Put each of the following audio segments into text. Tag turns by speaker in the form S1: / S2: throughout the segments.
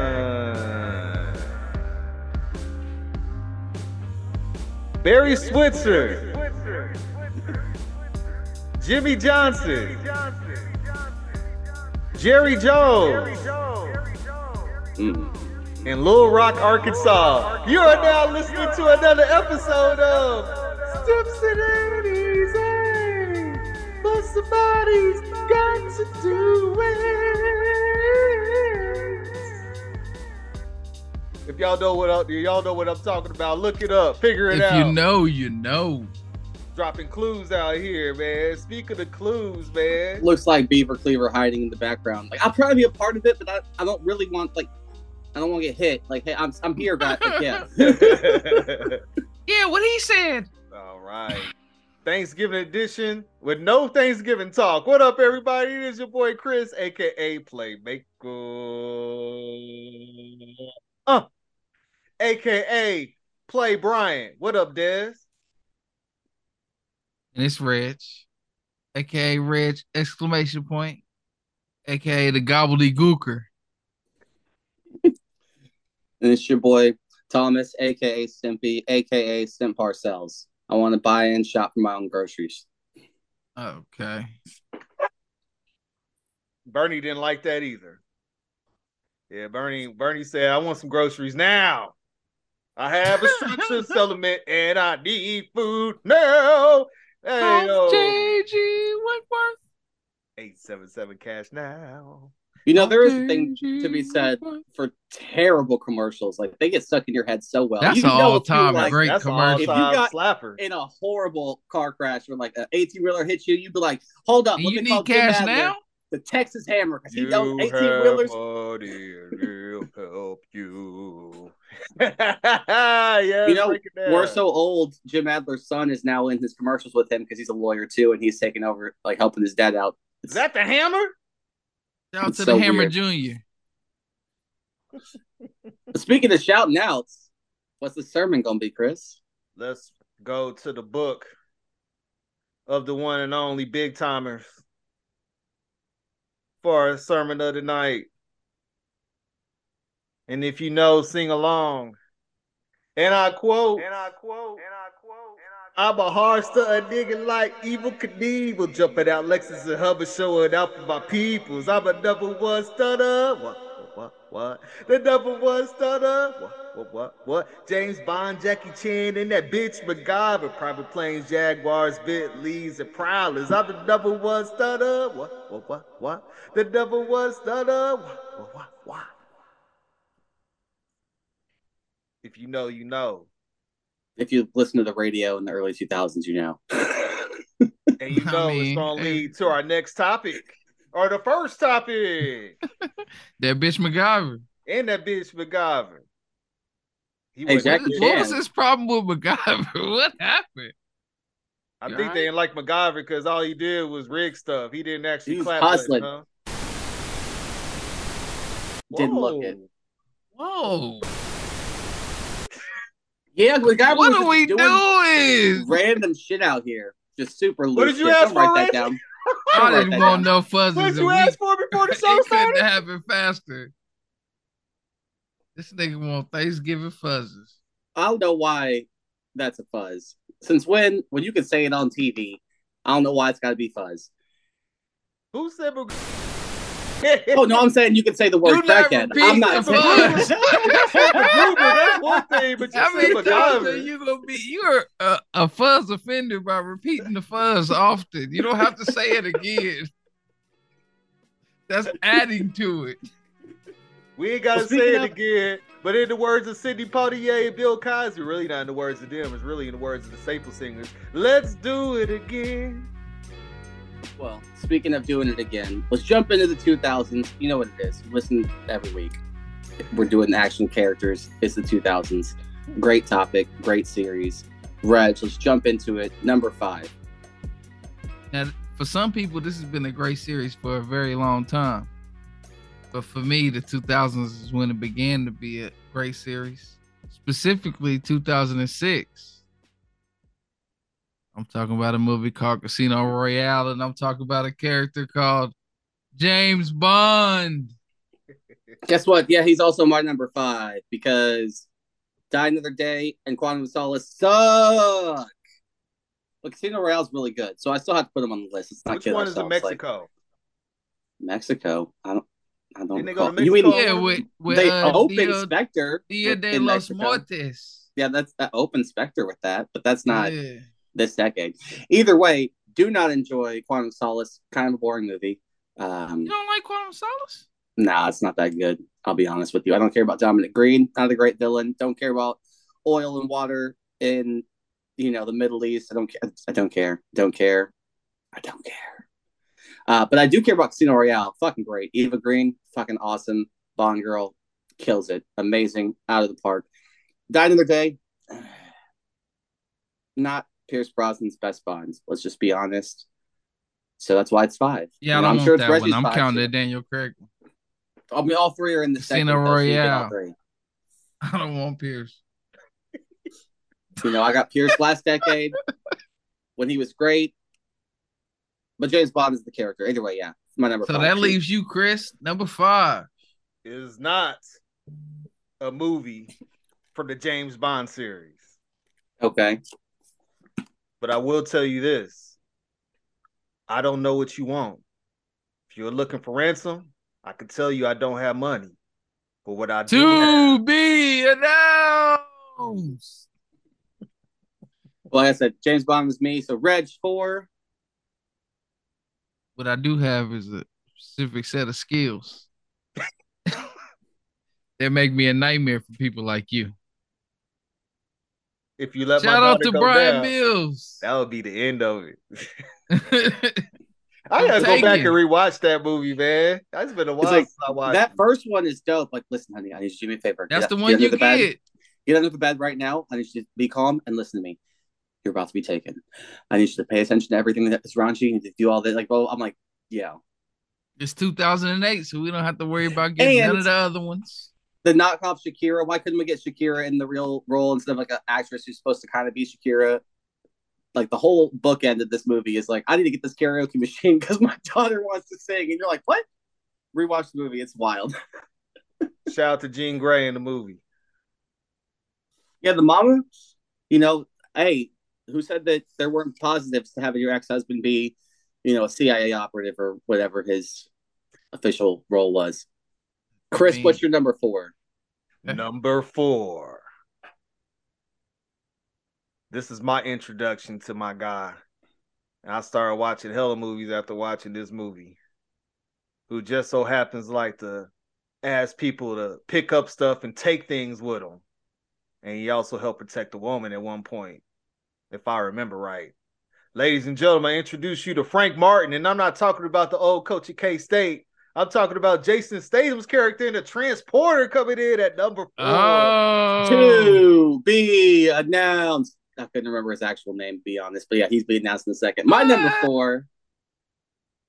S1: Action. Barry Switzer. Jimmy Johnson. Jerry Jones. And Little Rock, Arkansas. You are now listening to another episode of Steps and 80s. Hey, but somebody's got to do it. If y'all know what up, y'all know what I'm talking about. Look it up, figure it
S2: If
S1: out
S2: you know, you know.
S1: dropping clues out here, man. Speaking of clues, man.
S3: looks like Beaver Cleaver hiding in the background. Like I'll probably be a part of it, but I, I don't really want like I don't want to get hit. Like hey, I'm I'm here, guys. Like, yeah.
S2: Yeah, what he said.
S1: All right. Thanksgiving edition with no Thanksgiving talk. What up, everybody? It is your boy Chris, aka Playmaker. Uh, aka Play Brian. What up, Des?
S2: And it's Rich, aka Rich exclamation point, aka the gobbledygooker.
S3: And it's your boy Thomas, aka Stimpy, aka Stimp Parcells. I want to buy and shop for my own groceries.
S2: Okay,
S1: Bernie didn't like that either. Yeah, Bernie. Bernie said, "I want some groceries now. I have a structure supplement, and I need food now." Hey, yo.
S2: JG Wentworth.
S1: eight seven seven cash now.
S3: You know there is a thing to be said for terrible commercials. Like they get stuck in your head so well.
S2: That's
S3: You
S2: an
S3: know if you,
S2: all-time
S3: like,
S2: great
S1: That's an
S2: commercial.
S3: If you
S1: all-time
S3: got-
S1: slapper.
S3: In a horrible car crash where like an eighteen wheeler hits you, you'd be like, "Hold up,
S2: Do
S3: let
S2: you
S3: me call
S2: need
S3: Jim
S2: cash
S3: Adler,
S2: now?
S3: The Texas Hammer, because he
S1: You
S3: knows eighteen
S1: have
S3: wheelers.
S1: money, will help you. yeah,
S3: You know,
S1: break it down.
S3: We're so old. Jim Adler's son is now in his commercials with him because he's a lawyer too, and he's taking over, like helping his dad out.
S1: Is that the hammer?
S2: Shout out
S3: It's
S2: to
S3: so
S2: the Hammer
S3: weird.
S2: Junior.
S3: Speaking of shouting outs, what's the sermon gonna be, Chris?
S1: Let's go to the book of the one and only big timers for our sermon of the night. And if you know, sing along. And I quote, and I quote, and I quote, I'm a harster, a nigga like evil Knievel, jumping out Lexus and Hubbard, showing out for my peoples. I'm a number one stunner. What, what, what, what? The number one stunner. What, what, what, what? James Bond, Jackie Chan, and that bitch MacGyver. Private planes, Jaguars, Bentleys, and Prowlers. I'm the number one stunner. What, what, what, what? The number one stunner. What, what, what, what? If you know, you know.
S3: If you listen to the radio in the early two thousands, you know.
S1: And you
S2: I
S1: know it's
S2: mean,
S1: gonna
S2: it-
S1: lead to our next topic or the first topic.
S2: That bitch MacGyver.
S1: and that bitch MacGyver. He
S3: Hey,
S1: was
S3: Jackie
S2: what,
S3: Chan.
S2: what was his problem with MacGyver? What happened?
S1: I
S2: You
S1: think
S2: alright?
S1: they didn't like MacGyver because all he did was rig stuff. He didn't actually
S3: He was
S1: clap.
S3: hustling.
S1: Huh?
S3: Didn't look it.
S2: Whoa!
S3: Yeah, the guy
S2: What
S3: was
S2: are
S3: just
S2: we doing?
S3: Random shit out here, just super loose.
S1: did you
S3: shit.
S1: ask
S3: Don't write
S1: for,
S3: that
S1: Rich?
S3: down.
S2: I
S3: Don't write
S2: didn't
S3: that
S2: want
S3: down.
S2: no fuzzes.
S1: What
S2: and
S1: you
S2: we-
S1: asked for before the show
S2: it couldn't
S1: started?
S2: happen faster. This nigga want Thanksgiving fuzzes.
S3: I don't know why that's a fuzz. Since when? When you can say it on TV, I don't know why it's got to be fuzz.
S1: Who said MacGyver?
S3: Oh no, I'm saying you can say the
S2: You
S3: word
S2: never
S3: crackhead.
S2: beat the
S3: I'm not
S2: fuzz.
S3: saying.
S1: Ruben, that's one thing, but you said
S2: How many times are
S1: MacGyver.
S2: you gonna be? You're a, a fuzz offender by repeating the fuzz often. You don't have to say it again. That's adding to it.
S1: We ain't gotta
S3: Well,
S1: say it
S3: speaking of-
S1: again. But in the words of Sidney Poitier and Bill Cosby, really not in the words of them, it's really in the words of the staple singers. Let's do it again.
S3: Well, speaking of doing it again, let's jump into the 2000s. You know what it is. Listen every week. We're doing action characters. It's the 2000s. Great topic, great series. Reg, let's jump into it. Number five.
S2: Now, for some people, this has been a great series for a very long time. But for me, the 2000s is when it began to be a great series, specifically 2006. I'm talking about a movie called Casino Royale, and I'm talking about a character called James Bond.
S3: Guess what? Yeah, he's also my number five because Die Another Day and Quantum of Solace suck. But Casino Royale's really good, so I still have to put him on the list. It's not
S1: Which
S3: kidding
S1: one is in
S3: ourselves, like,
S1: Mexico?
S3: Mexico. I don't. I don't.
S1: Didn't they go to
S3: recall. You mean
S1: Mexico?
S2: Yeah, with with
S3: they
S2: uh,
S3: open
S2: Dia,
S3: Spectre?
S2: Dia de
S3: in
S2: los
S3: Mexico.
S2: Muertes.
S3: Yeah, that's that open Spectre with that, but that's not
S2: Yeah.
S3: this decade. Either way, do not enjoy Quantum of Solace. Kind of a boring movie. Um,
S2: You don't like Quantum Solace?
S3: Nah, it's not that good. I'll be honest with you. I don't care about Dominic Green, not a great villain. Don't care about oil and water in you know the Middle East. I don't care. I don't care. Don't care. I don't care. Uh, but I do care about Casino Royale. Fucking great. Eva Green, fucking awesome. Bond girl, kills it. Amazing. Out of the park. Died another day. Not Pierce Brosnan's best Bonds. Let's just be honest. So that's why it's five.
S2: Yeah, I
S3: And
S2: don't want that
S3: Reggie's
S2: one. I'm
S3: five,
S2: counting
S3: too.
S2: the Daniel Craig. one.
S3: I mean, all three are in the
S2: Casino
S3: segment, though, so you get all
S2: Royale.
S3: three.
S2: I don't want Pierce.
S3: You know, I got Pierce last decade when he was great, but James Bond is the character. Either way, yeah, my number.
S2: So
S3: five.
S2: that leaves you, Chris, number five.
S1: Is not a movie from the James Bond series.
S3: Okay,
S1: But I will tell you this. I don't know what you want. If you're looking for ransom, I can tell you I don't have money. But what I do
S2: To be announced.
S3: well, like I said, James Bond is me. So Reg four.
S2: What I do have is a specific set of skills that make me a nightmare for people like you.
S1: if you let
S2: Shout
S1: my
S2: out
S1: daughter
S2: to
S1: go
S2: Brian
S1: down,
S2: Mills.
S1: that would be the end of it.
S2: I'm
S1: I gotta go back
S2: taken.
S1: and rewatch that movie, man. That's been a while
S3: like,
S1: since I watched
S3: That
S1: it.
S3: first one is dope. Like, listen, honey, I need you to do me a favor.
S2: That's
S3: Get
S2: the
S3: up-
S2: one
S3: under
S2: you
S3: the bed.
S2: get.
S3: Get under the bed right now. I need you to be calm and listen to me. You're about to be taken. I need you to pay attention to everything that is around you. You need to do all that. Like, well, I'm like, yeah.
S2: It's 2008, so we don't have to worry about getting none
S3: And-
S2: of the other ones.
S3: the knockoff Shakira. Why couldn't we get Shakira in the real role instead of like an actress who's supposed to kind of be Shakira? Like the whole bookend of this movie is like, I need to get this karaoke machine because my daughter wants to sing, and you're like, what? Rewatch the movie; it's wild.
S1: Shout out to Gene Gray in the movie.
S3: yeah, the mama. You know, hey, who said that there weren't positives to having your ex husband be, you know, a CIA operative or whatever his official role was? Chris,
S2: mean-
S3: what's your number four?
S1: Number four. This is my introduction to my guy. And I started watching hella movies after watching this movie. Who just so happens like to ask people to pick up stuff and take things with him. And he also helped protect a woman at one point, if I remember right. Ladies and gentlemen, I introduce you to Frank Martin. And I'm not talking about the old coach at K State. I'm talking about Jason Statham's character in the transporter coming in at number four.
S2: Oh,
S3: to be announced. I couldn't remember his actual name, to be honest, but yeah, he's be announced in a second. My number
S2: Ah.
S3: four,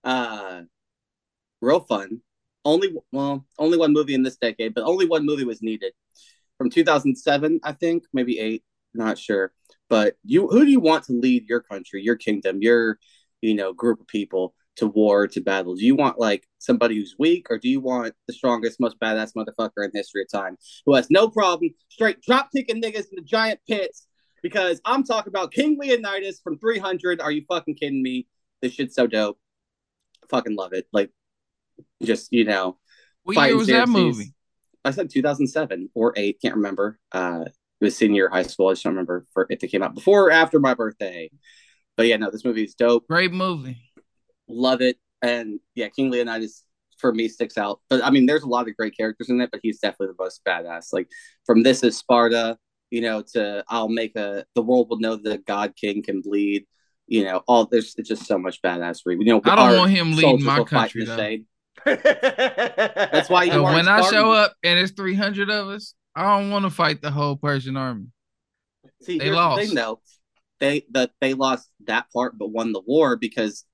S3: uh, real fun. Only well, only one movie in this decade, but only one movie was needed from 2007, I think, maybe eight, not sure. But you, who do you want to lead your country, your kingdom, your you know group of people to war, to battle? Do you want like somebody who's weak, or do you want the strongest, most badass motherfucker in the history of time? who has no problem straight drop kicking niggas in the giant pits because I'm talking about King Leonidas from 300. Are you fucking kidding me? This shit's so dope. Fucking love it. Like, just, you know,
S2: what year
S3: fighting
S2: was that
S3: Xerxes.
S2: movie?
S3: I said 2007 or 8, can't remember. Uh, it was senior year of high school. I just don't remember for, if it came out before or after my birthday. But yeah, no, this movie is dope.
S2: Great movie.
S3: Love it. And yeah, King Leonidas for me sticks out. But I mean, there's a lot of great characters in it, but he's definitely the most badass. Like from This Is Sparta, you know, to I'll make a the world will know the God King can bleed. You know, all there's it's just so much badassery. You know,
S2: I
S3: our
S2: don't want him leading
S3: soldiers
S2: my
S3: will fight
S2: country
S3: in the
S2: though.
S3: shade.
S1: That's
S3: why you
S2: So
S3: are
S2: when I
S3: starting-
S2: show up and it's 300 of us, I don't want to fight the whole Persian army.
S3: See,
S2: They
S3: here's
S2: lost.
S3: the thing though, they that they lost that part, but won the war because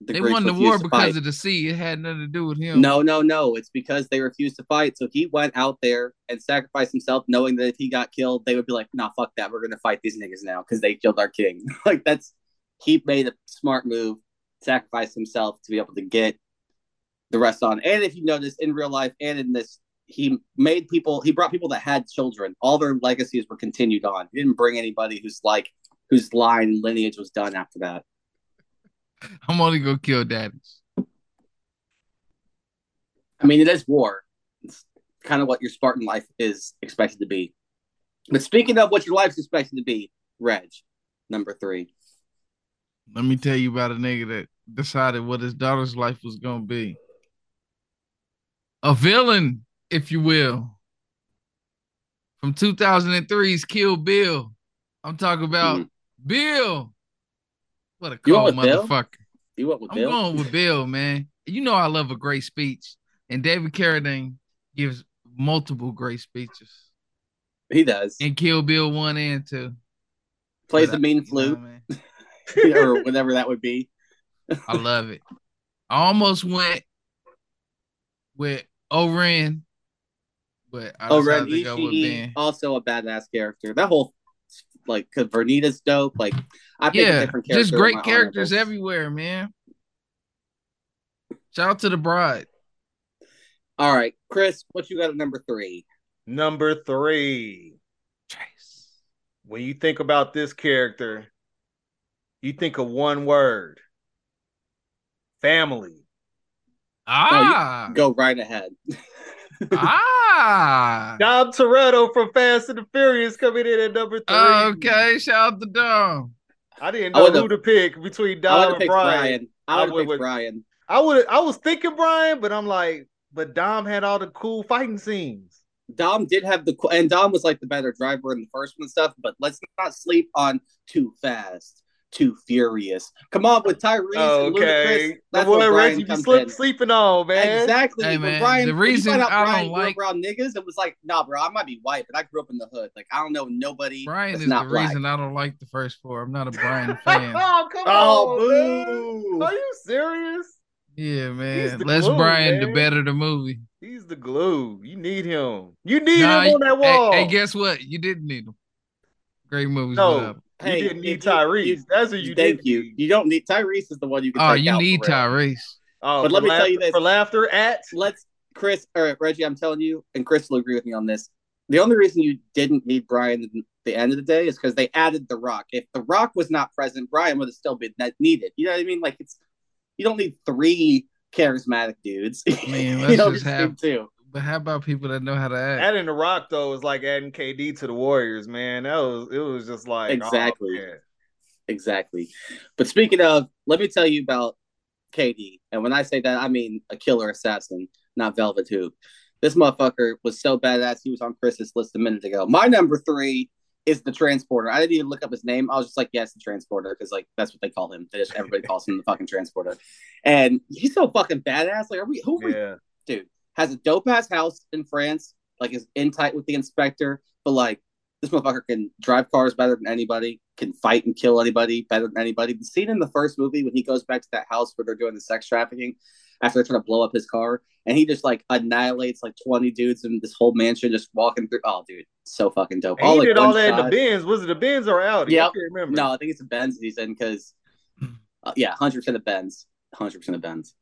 S3: the
S2: They
S3: Greeks
S2: won the
S3: refused
S2: war
S3: to
S2: because
S3: fight.
S2: of the sea. It had nothing to do with him.
S3: No, no, no. It's because they refused to fight. So he went out there and sacrificed himself, knowing that if he got killed, they would be like, nah, fuck that. We're going to fight these niggas now because they killed our king. like, that's, he made a smart move, sacrificed himself to be able to get the rest on. And if you notice in real life and in this he made people he brought people that had children all their legacies were continued on he didn't bring anybody who's like whose line lineage was done after that
S2: I'm only gonna kill daddies.
S3: i mean it is war it's kind of what your spartan life is expected to be but speaking of what your life's expected to be reg number three
S2: Let me tell you about a nigga that decided what his daughter's life was gonna be. A villain, if you will. From 2003's Kill Bill. I'm talking about Bill. What a
S3: Mm-hmm. You
S2: cool
S3: went with Bill?
S2: motherfucker.
S3: you went with
S2: I'm
S3: bill
S2: going with Bill, man. You know I love a great speech, and David Carradine gives multiple great speeches.
S3: he does
S2: And Kill Bill one and two.
S3: plays
S2: But,
S3: the
S2: uh, you
S3: mean
S2: know what I
S3: flute
S2: mean?
S3: or whatever that would be
S2: I love it. I almost went with Oren, but I
S3: Oh,
S2: decided
S3: Ren
S2: to go with
S3: Ishii,
S2: Ben.
S3: also a badass character. That whole like because Vernita's dope. Like I picked a
S2: yeah,
S3: different character.
S2: just
S3: in
S2: great
S3: my
S2: characters
S3: honorables.
S2: everywhere, man. Shout out to the bride.
S3: All right, Chris, what you got at number three?
S1: Number three.
S2: Trace.
S1: When you think about this character, you think of one word. Family.
S2: Ah,
S3: Go right ahead. Uh.
S2: ah.
S1: Dom Toretto from Fast and the Furious coming in at number three.
S2: Okay, shout out to Dom.
S1: I didn't
S3: I
S1: know
S3: would've-
S1: who to pick between
S3: I would
S1: Dom
S3: have
S1: and
S3: picked
S1: Brian.
S3: Brian.
S1: I
S3: I would have
S1: would-
S3: picked
S1: would-
S3: Brian.
S1: I would I was thinking Brian, but I'm like, but Dom had all the cool fighting scenes.
S3: Dom did have the qu- and Dom was like the better driver in the first one and stuff. But let's not sleep on too fast, too furious. Come on with Tyrese and Ludacris.
S1: okay. The
S3: That's what
S1: one
S3: Brian
S1: Reggie be
S3: comes
S1: slip,
S3: in.
S1: sleeping on, man.
S3: Exactly.
S2: Hey,
S3: When
S2: man,
S3: Brian,
S2: the
S3: when you
S2: reason
S3: found out
S2: I don't
S3: Brian grew up
S2: like-
S3: around niggas, it was like, nah, bro, I might be white, but I grew up in the hood. Like, I don't know nobody.
S2: Brian
S3: that's
S2: is the
S3: not black.
S2: reason I don't like the first four. I'm not a Brian fan.
S1: oh, come on. man.
S3: Oh, boo!
S1: Are you serious?
S2: Yeah, man.
S1: the
S2: Less
S1: glue,
S2: Brian, the
S1: man.
S2: better the movie.
S1: He's the glue. You need him. You need
S2: Nah,
S1: him on that wall.
S2: Hey, hey, guess what? You didn't need him. Great movies.
S1: No.
S2: whatever.
S1: you
S3: Hey,
S1: didn't need
S3: if you-
S1: Tyrese.
S3: you-
S1: That's what you
S3: thank
S1: didn't
S3: you.
S1: need.
S3: You don't need Tyrese is the one you can.
S2: Oh,
S3: take
S2: you
S3: out
S2: need
S3: for real.
S2: Tyrese.
S1: Oh,
S3: But
S1: for
S3: let me tell
S1: laugh-
S3: you this.
S1: for laughter at
S3: Let's, Chris or Reggie. I'm telling you, and Chris will agree with me on this. The only reason you didn't need Brian at the end of the day is because they added The Rock. If The Rock was not present, Brian would have still been that needed. You know what I mean? Like it's you don't need three charismatic dudes.
S2: Man,
S3: you
S2: let's
S3: don't
S2: just
S3: need
S2: have-
S3: two.
S2: But how about people that know how to act?
S1: adding the rock though is like adding KD to the Warriors, man. That was it was just like oh,
S3: Exactly.
S1: man.
S3: Exactly. But speaking of, let me tell you about KD. And when I say that, I mean a killer assassin, not Velvet Hoop. This motherfucker was so badass. He was on Chris's list a minute ago. My number three is the transporter. I didn't even look up his name. I was just like, yes, the transporter, because like that's what they call him. They just everybody calls him the fucking transporter. And he's so fucking badass. Like, are we who are we
S1: Yeah.
S3: dude has a dope ass house in France, like is in tight with the inspector, but like this motherfucker can drive cars better than anybody, can fight and kill anybody better than anybody. The scene in the first movie when he goes back to that house where they're doing the sex trafficking after they're trying to blow up his car, and he just like annihilates like twenty dudes in this whole mansion just walking through. Oh, dude, so fucking dope.
S1: And he
S3: like,
S1: did all
S3: one
S1: that in
S3: shot.
S1: the bins. Was it the bins or out? I
S3: Yep.
S1: can't remember.
S3: No, I think it's the Benz that he's in because, uh, yeah, hundred percent of Benz, hundred percent of Benz.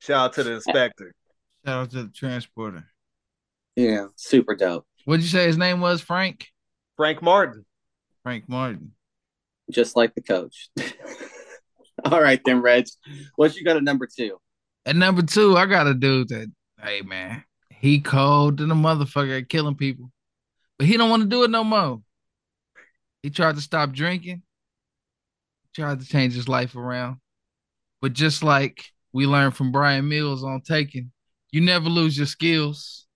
S1: Shout out to the inspector.
S2: Shout out to the transporter.
S3: Yeah, super dope.
S2: What'd you say his name was? Frank?
S1: Frank Martin.
S2: Frank Martin.
S3: just like the coach. All right, then, Reg. What you got at number two?
S2: At number two, I got a dude that, hey man, he cold and a motherfucker at killing people, but he don't want to do it no more. He tried to stop drinking, tried to change his life around, but just like we learned from Brian Mills on Taking, you never lose your skills.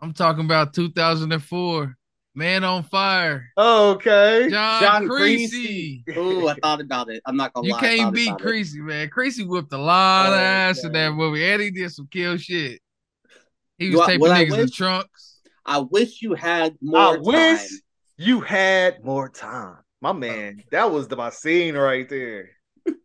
S2: I'm talking about 2004, Man on Fire,
S1: Okay.
S2: John,
S3: John
S2: Creasy.
S3: Ooh, I thought about it. I'm not gonna
S2: You
S3: lie. I
S2: can't
S3: thought
S2: beat
S3: about it.
S2: Creasy, man. Creasy whipped a lot of
S3: Oh,
S2: ass in
S3: man.
S2: that movie, and he did some kill shit. He
S3: You
S2: was
S3: know,
S2: taping
S3: what I
S2: niggas in
S3: wish-
S2: trunks.
S3: I wish you had more
S1: I wish
S3: time.
S1: you had more time. My man, that was the, my scene right there.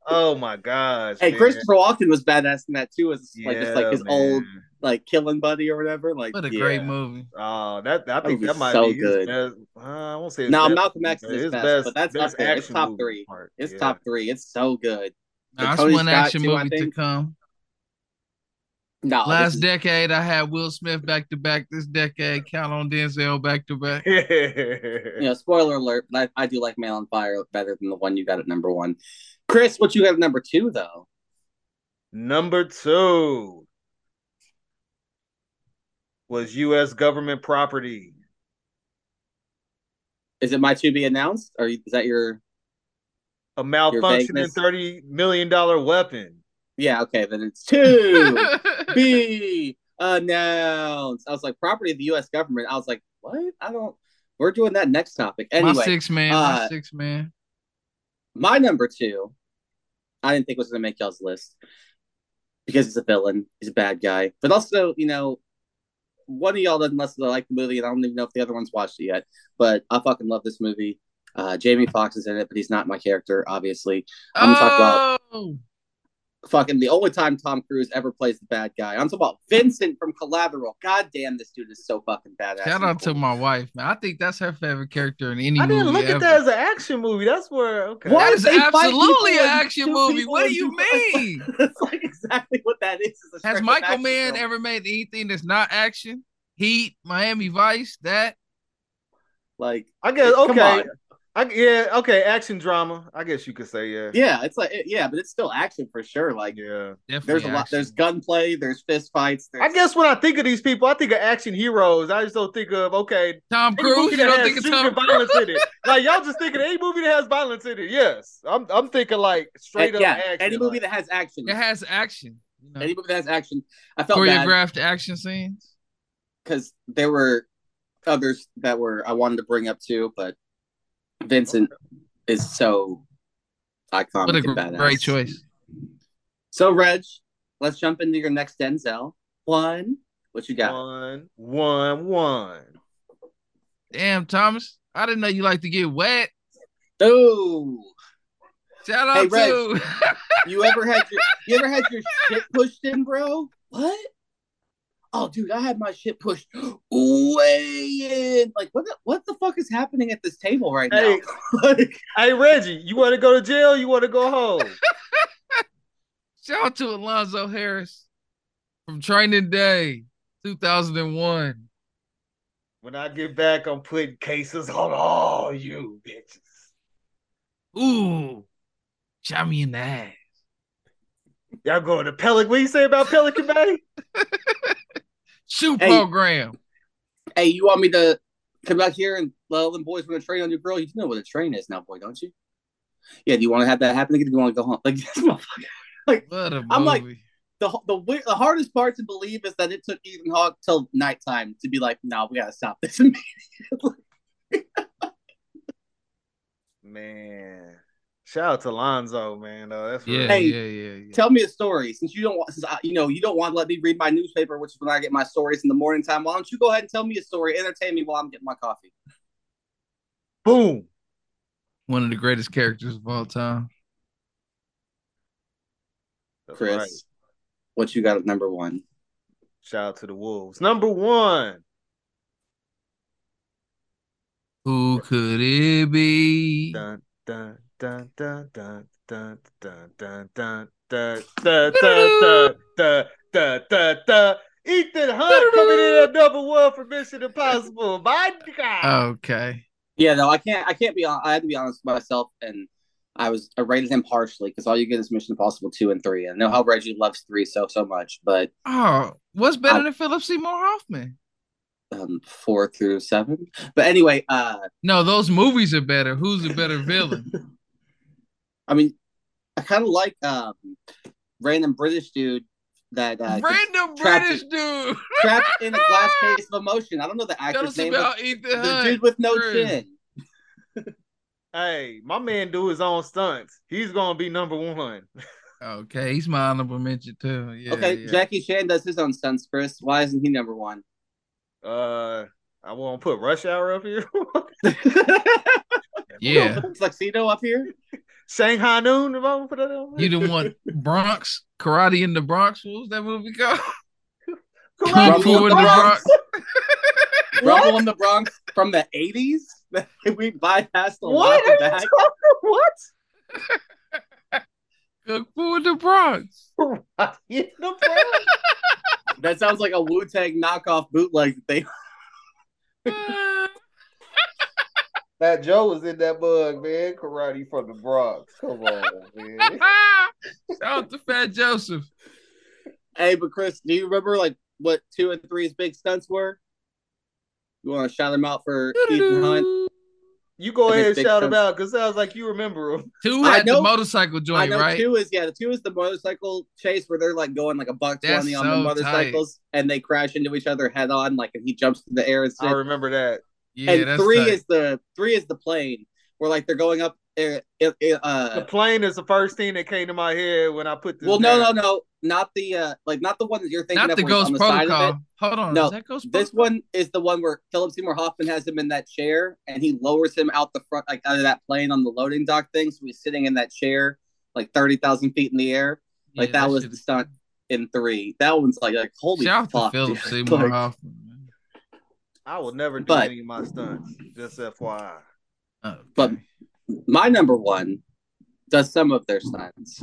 S1: Oh my gosh.
S3: Hey,
S1: man.
S3: Christopher Walken was badass in that too. As like just like
S1: Yeah,
S3: his
S1: man.
S3: old like killing buddy or whatever. Like,
S2: What a
S1: yeah.
S2: great movie.
S1: Oh, that I think
S3: movie's
S1: that might
S3: so
S1: be his
S3: good.
S1: best. Uh, I won't say his
S3: No,
S1: best,
S3: Malcolm X is
S1: but
S3: his
S1: his
S3: best, but that's up there. It's
S1: action
S3: top
S1: movie
S3: three.
S1: part.
S3: it's
S1: Yeah.
S3: top three. It's so good.
S2: Now, that's
S3: Tony
S2: one
S3: Scott
S2: action
S3: too, I
S2: movie to
S3: think.
S2: come.
S3: No, Oh, this
S2: Last
S3: is-
S2: decade, I had Will Smith back to back. This decade, count on Denzel back to back.
S3: you know, spoiler alert, but I, I do like Man on Fire better than the one you got at number one. Chris, what you got at number two though?
S1: Number two was U.S. government property.
S3: Is it my to be announced? Or is that your
S1: A malfunctioning
S3: vagueness.
S1: thirty million dollar weapon.
S3: yeah, okay, then it's two be announced. I was like, property of the US government. I was like, what? I don't we're doing that next topic. Anyway,
S2: my six man, my
S3: uh,
S2: six man.
S3: My number two, I didn't think was going to make y'all's list because he's a villain, he's a bad guy. But also, you know, one of y'all doesn't necessarily like the movie, and I don't even know if the other one's watched it yet. But I fucking love this movie. Uh, Jamie Foxx is in it, but he's not my character, obviously. I'm gonna talk about-
S2: Oh,
S3: Fucking the only time Tom Cruise ever plays the bad guy. I'm talking about Vincent from Collateral. God damn, this dude is so fucking badass.
S2: shout out to my wife, man. I think that's her favorite character in any
S1: I didn't
S2: movie
S1: look
S2: ever.
S1: at that as an action movie. That's where okay.
S3: What?
S2: That is
S3: They fight
S2: absolutely
S3: people
S2: an
S3: and
S2: action
S3: shoot
S2: movie.
S3: people
S2: What do
S3: and
S2: you
S3: do-
S2: mean?
S3: That's like exactly what that is. is a straight
S2: Has
S3: up
S2: Michael
S3: action
S2: Mann
S3: film.
S2: ever made anything that's not action? Heat, Miami Vice, that
S3: like
S1: I guess
S3: Come
S1: okay.
S3: on.
S1: I, yeah, okay, action drama. I guess you could say yeah.
S3: Yeah, it's like yeah, but it's still action for sure. Like
S1: Yeah.
S2: definitely.
S3: there's a lot.
S2: action.
S3: There's gunplay. There's fist fights. There's,
S1: I guess when I think of these people, I think of action heroes. I just don't think of okay.
S2: Tom
S1: Any
S2: Cruise.
S1: movie
S2: You
S1: that
S2: don't
S1: has
S2: think it's
S1: shooting
S2: Tom
S1: and violence in it. Like y'all just thinking any movie that has violence in it. Yes, I'm. I'm thinking like straight up
S3: yeah,
S1: action.
S3: any movie
S1: like-
S3: that has action.
S2: It has action. You know,
S3: any movie that has action. I felt bad
S2: choreographed action scenes.
S3: because there were others that were I wanted to bring up too, but Vincent is so iconic
S2: What a
S3: and
S2: gr-
S3: badass.
S2: great choice.
S3: So Reg, let's jump into your next Denzel one. What you got?
S1: One, one, one.
S2: Damn, Thomas. I didn't know you like to get wet.
S3: Oh,
S2: Shout
S3: Hey,
S2: out
S3: Reg.
S2: to
S3: you ever had your you ever had your shit pushed in, bro? What? Oh, dude, I had my shit pushed way in. Like, what? The, what the fuck is happening at this table right now?
S1: Hey.
S3: like,
S1: Hey Reggie, you want to go to jail? You want to go home?
S2: shout out to Alonzo Harris from Training Day 2001.
S1: when I get back, I'm putting cases on all you bitches.
S2: Ooh, shot me in the ass.
S1: Y'all going to Pelican? What you say about Pelican Bay?
S2: Shoot
S3: Hey.
S2: program.
S3: hey, you want me to come out here and let them boys run a train on your girl? You know what a train is now, boy, don't you? Yeah. Do you want to have that happen again? Do you want to go home? Like, this motherfucker-
S2: What a movie.
S3: I'm like- the the weir- the hardest part to believe is that it took Ethan Hawke till nighttime to be like, no, we gotta stop this.
S1: Man, shout out to Lonzo, man. Though that's
S2: yeah,
S1: real.
S3: Hey,
S2: yeah, yeah, yeah.
S3: tell me a story since you don't want since I, you know you don't want to let me read my newspaper which is when i get my stories in the morning time why don't you go ahead and tell me a story entertain me while i'm getting my coffee
S1: boom.
S2: One of the greatest characters of all time.
S1: That's
S3: chris
S1: right.
S3: what you got at number one
S1: Shout out to the Wolves. Number one.
S2: Who could it be?
S1: Dun dun dun dun dun dun dun dun dun dun dun dun dun dun dun dun. Ethan Hunt coming in at number one for Mission Impossible. My God.
S2: Okay.
S3: yeah no i can't i can't be hon- i had to be honest with myself and i was i rated him harshly because all you get is mission impossible 2 and 3 and i know how reggie loves 3 so so much but
S2: Oh, what's better
S3: I-
S2: than Philip Seymour Hoffman?
S3: um 4 through 7 but anyway uh
S2: No, those movies are better. Who's the better villain?
S3: i mean i kind of like um random british dude that uh, gets
S2: Random
S3: tragic.
S2: British dude.
S3: trapped in a glass case of emotion. I don't know the
S2: Tell
S3: actor's
S2: us
S3: name. but
S2: about Ethan
S3: The
S2: Hunt.
S3: dude with no
S2: Chris.
S3: chin.
S2: Oh.
S1: Hey, my man do his own stunts. He's gonna be number one.
S2: Okay, he's my honorable mention too. Yeah.
S3: okay,
S2: yeah.
S3: Jackie Chan does his own stunts, Chris. Why isn't he number one?
S1: Uh I won't put Rush Hour up here.
S2: Yeah.
S3: Oh, Tuxedo up here.
S1: Shanghai Noon, if I want to put that up.
S2: You the one Bronx Karate in the Bronx. What was that movie called?
S1: Karate
S3: Rumble in the
S2: Bronx.
S3: Rumble in the Bronx from the '80s. we bypassed a lot
S1: What?
S3: of
S1: Are you
S3: that.
S1: talking- What?
S2: Kung Fu in the Bronx.
S1: Karate in the Bronx?
S3: That sounds like a Wu Tang knockoff bootleg that they
S1: That Joe was in that bug, man. Karate from the Bronx. Come on, man.
S2: Shout out to Fat Joseph.
S3: Hey, but Chris, do you remember like what two and three's big stunts were? You want to shout them out for Ethan Hunt?
S1: You go
S3: That
S1: ahead and
S3: makes
S1: shout
S3: sense.
S1: him out because sounds like you remember him.
S2: Two
S3: I
S2: had the
S3: know-
S2: motorcycle
S3: I
S2: joint,
S3: know
S2: right?
S3: two is yeah, the two is the motorcycle chase where they're like going like a buck
S2: That's
S3: twenty on
S2: so
S3: the
S2: tight.
S3: motorcycles and they crash into each other head on, like and he jumps through the air and
S1: I
S3: stuff.
S1: remember that.
S2: Oh, Yeah,
S3: and
S2: that's
S3: three
S2: tight.
S3: is the three is the plane where like they're going up. Uh, uh,
S1: The
S3: uh,
S1: plane is the first thing that came to my head when I put this.
S3: well, no, no,
S1: down.
S3: no, not the uh, like not the one that you're thinking
S2: Not
S3: of.
S2: the
S3: where he's
S2: Ghost
S3: on the Side of it.
S2: Protocol. Hold on,
S3: No,
S2: is that Ghost
S3: This
S2: Protocol?
S3: one is the one where Philip Seymour Hoffman has him in that chair and he lowers him out the front, like out of that plane on the loading dock thing. So he's sitting in that chair, like 30,000 feet in the air. like, that was
S2: shit
S3: the
S2: is-
S3: stunt. In three, that one's like, like holy
S2: Shout out to
S3: fuck,
S2: Philip
S3: dude.
S2: Seymour
S3: Like,
S2: Hoffman. man.
S1: I will never do
S3: But-
S1: any of my stunts. Just FYI.
S2: Okay.
S3: But- my number one does some of their stunts.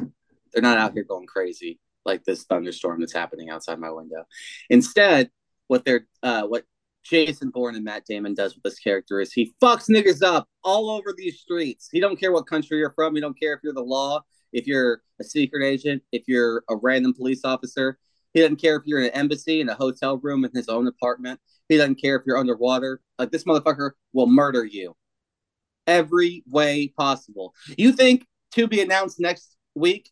S3: They're not out here going crazy like this thunderstorm that's happening outside my window. Instead, what they're uh, what Jason Bourne and Matt Damon does with this character is he fucks niggas up all over these streets. He don't care what country you're from. He don't care if you're the law, if you're a secret agent, if you're a random police officer. He doesn't care if you're in an embassy in a hotel room in his own apartment. He doesn't care if you're underwater. Like this motherfucker will murder you every way possible. You think to be announced next week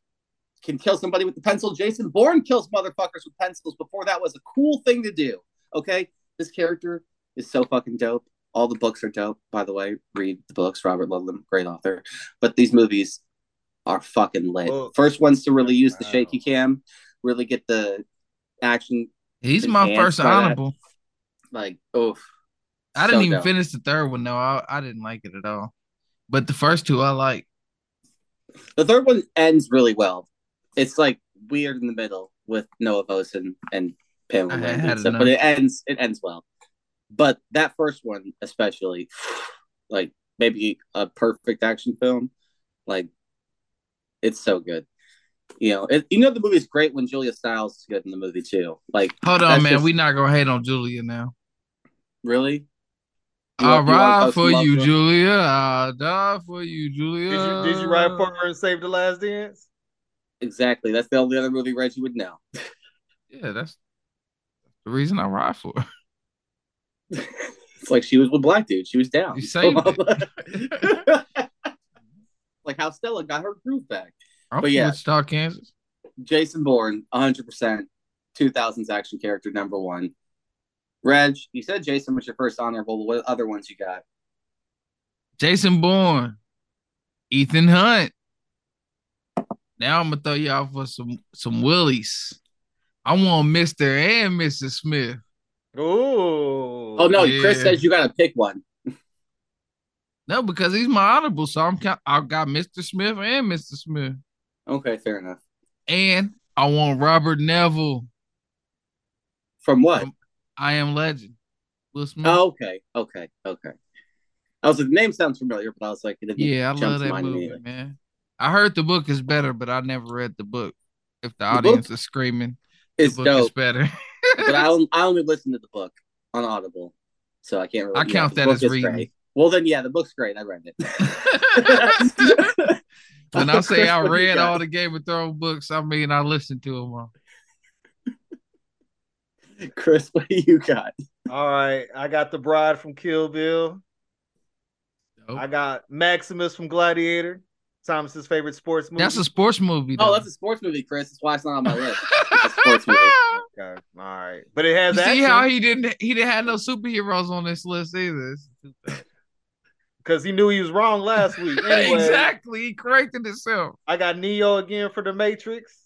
S3: can kill somebody with a pencil? Jason Bourne kills motherfuckers with pencils before that was a cool thing to do. Okay? This character is so fucking dope. All the books are dope, by the way. Read the books. Robert Ludlum, great author. But these movies are fucking lit.
S1: Books.
S3: First ones to really use the
S1: Wow.
S3: shaky cam, really get the action.
S2: He's my
S3: enhanced
S2: first
S3: by that.
S2: honorable.
S3: Like, oof.
S2: I didn't
S3: So
S2: even
S3: dope.
S2: finish the third one though. I, I didn't like it at all. But the first two I like.
S3: The third one ends really well. It's like weird in the middle with Noah Vosin and Pamela
S2: I
S3: Anderson,
S2: had enough.
S3: but it ends it ends well. But that first one especially, like maybe a perfect action film, like it's so good. You know, it, you know the movie's great when Julia Stiles is good in the movie too. Like
S2: Hold on,
S3: That's
S2: man.
S3: just-
S2: we not gonna hate on Julia now.
S3: really,
S2: I'll
S3: You want- you wanna
S2: ride
S3: post
S2: for
S3: love
S2: you,
S3: to her?
S2: Julia. I'll die for you, Julia.
S1: Did you did you ride for her and save the last dance?
S3: exactly. That's the only other movie Reggie would know.
S2: Yeah, that's the reason I ride for her.
S3: It's like she was with black dude. She was down.
S2: You saved it.
S3: like how Stella got her groove back.
S2: I'm
S3: But
S2: from
S3: yeah.
S2: Wichita, Kansas.
S3: Jason Bourne, 100%, 2000s action character number one. Reg, you said Jason was your first honorable. but What other ones you got?
S2: Jason Bourne, Ethan Hunt. Now I'm gonna throw you out for some some willies. I want Mister and Mrs. Smith.
S1: Ooh.
S3: Oh no, Chris
S2: yeah.
S3: says you got to pick one.
S2: No, because he's my honorable, so I'm count- I got Mister Smith and Mister Smith,
S3: Okay, fair enough.
S2: and I want Robert Neville.
S3: From what?
S2: Um, I am Legend. Will Smith.
S3: Oh, okay, okay, okay. I was like, the name sounds familiar, but I was like, it didn't
S2: yeah, I
S3: jump
S2: love
S3: to
S2: that
S3: mind
S2: movie,
S3: immediately.
S2: man. I heard the book is better, but I never read the book. If the,
S3: book-
S2: audience is screaming,
S3: It's
S2: the book is
S3: dope,
S2: better.
S3: but I only, I only listen to the book on Audible, so I can't. Really,
S2: I
S3: yeah,
S2: count
S3: the
S2: that
S3: book
S2: as
S3: is
S2: reading.
S3: great. Well, then, yeah, the book's great. I read
S2: when
S3: it.
S2: I say I
S3: Chris, what do you
S2: read
S3: got?
S2: all the Game of Thrones books, I mean I listened to them all.
S3: Chris, what do you got?
S1: All right. I got the bride from Kill Bill.
S2: Dope.
S1: I got Maximus from Gladiator. Thomas's favorite sports movie.
S2: That's a sports movie.
S3: Oh,
S2: though.
S3: that's a sports movie, Chris. That's why it's not on my list. It's a sports movie.
S1: Okay. All right. But it has
S2: You see how
S1: action
S2: he didn't he didn't have no superheroes on this list either. It's-
S1: because he, knew he was wrong last week. Anyway,
S2: exactly, he corrected himself
S1: I got Neo again for The Matrix.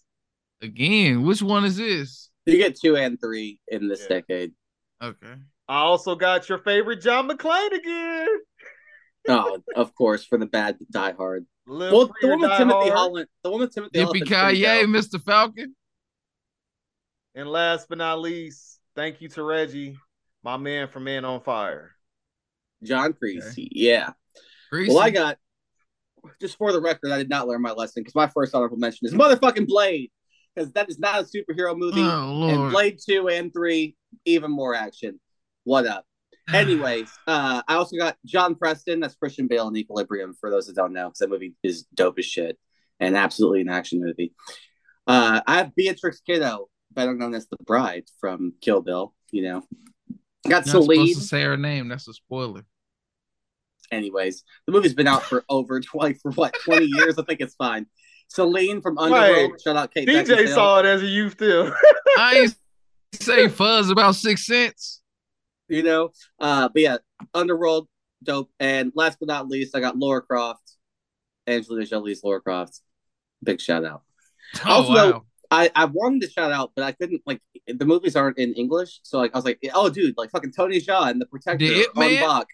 S2: again. Which one is this?
S3: You get two and three in this
S1: Yeah.
S3: decade.
S2: Okay,
S1: I also got your favorite John McClane again.
S3: Oh, of course, for the bad Die Hard.
S1: Live
S3: Well,
S1: Free
S3: the
S1: or
S3: one with
S1: Die
S3: Timothy
S1: Hard.
S3: Holland. The one with Timothy
S2: Yippee
S3: Holland's pretty
S2: ki yay,
S3: dope.
S2: Mr. Falcon.
S1: And last but not least, thank you to Reggie, my man from Man on Fire.
S3: John Creasy. Yeah.
S2: Greasy.
S3: Well, I got. Just for the record, I did not learn my lesson because my first honorable mention is motherfucking Blade. because that is not a superhero movie.
S2: Oh
S3: and
S2: lord.
S3: Blade Two and Three, even more action. What up? Anyways, uh, I also got John Preston. That's Christian Bale in Equilibrium. For those that don't know, because that movie is dope as shit and absolutely an action movie. Uh, I have Beatrix Kiddo, better known as the Bride from Kill Bill. You know, got
S2: You're not supposed
S3: Celine.
S2: to say her name. That's a spoiler.
S3: Anyways, the movie's been out for over twenty for what twenty years. I think it's fine. Celine from Underworld.
S1: Wait,
S3: Shout out Kate.
S1: DJ
S3: Beckinsale.
S1: saw it as a youth too.
S2: I ain't say fuzz about six cents.
S3: you know. Uh, but yeah, Underworld, dope. And last but not least, I got Laura Croft, Angelina Jolie's Laura Croft. Big shout out.
S2: Oh
S3: Also,
S2: wow.
S3: I, I wanted to shout out, but I couldn't like the movies aren't in English, so like I was like, oh dude, like fucking Tony Jaa and the Protector
S2: The Ip
S3: on
S2: Man?
S3: Bach,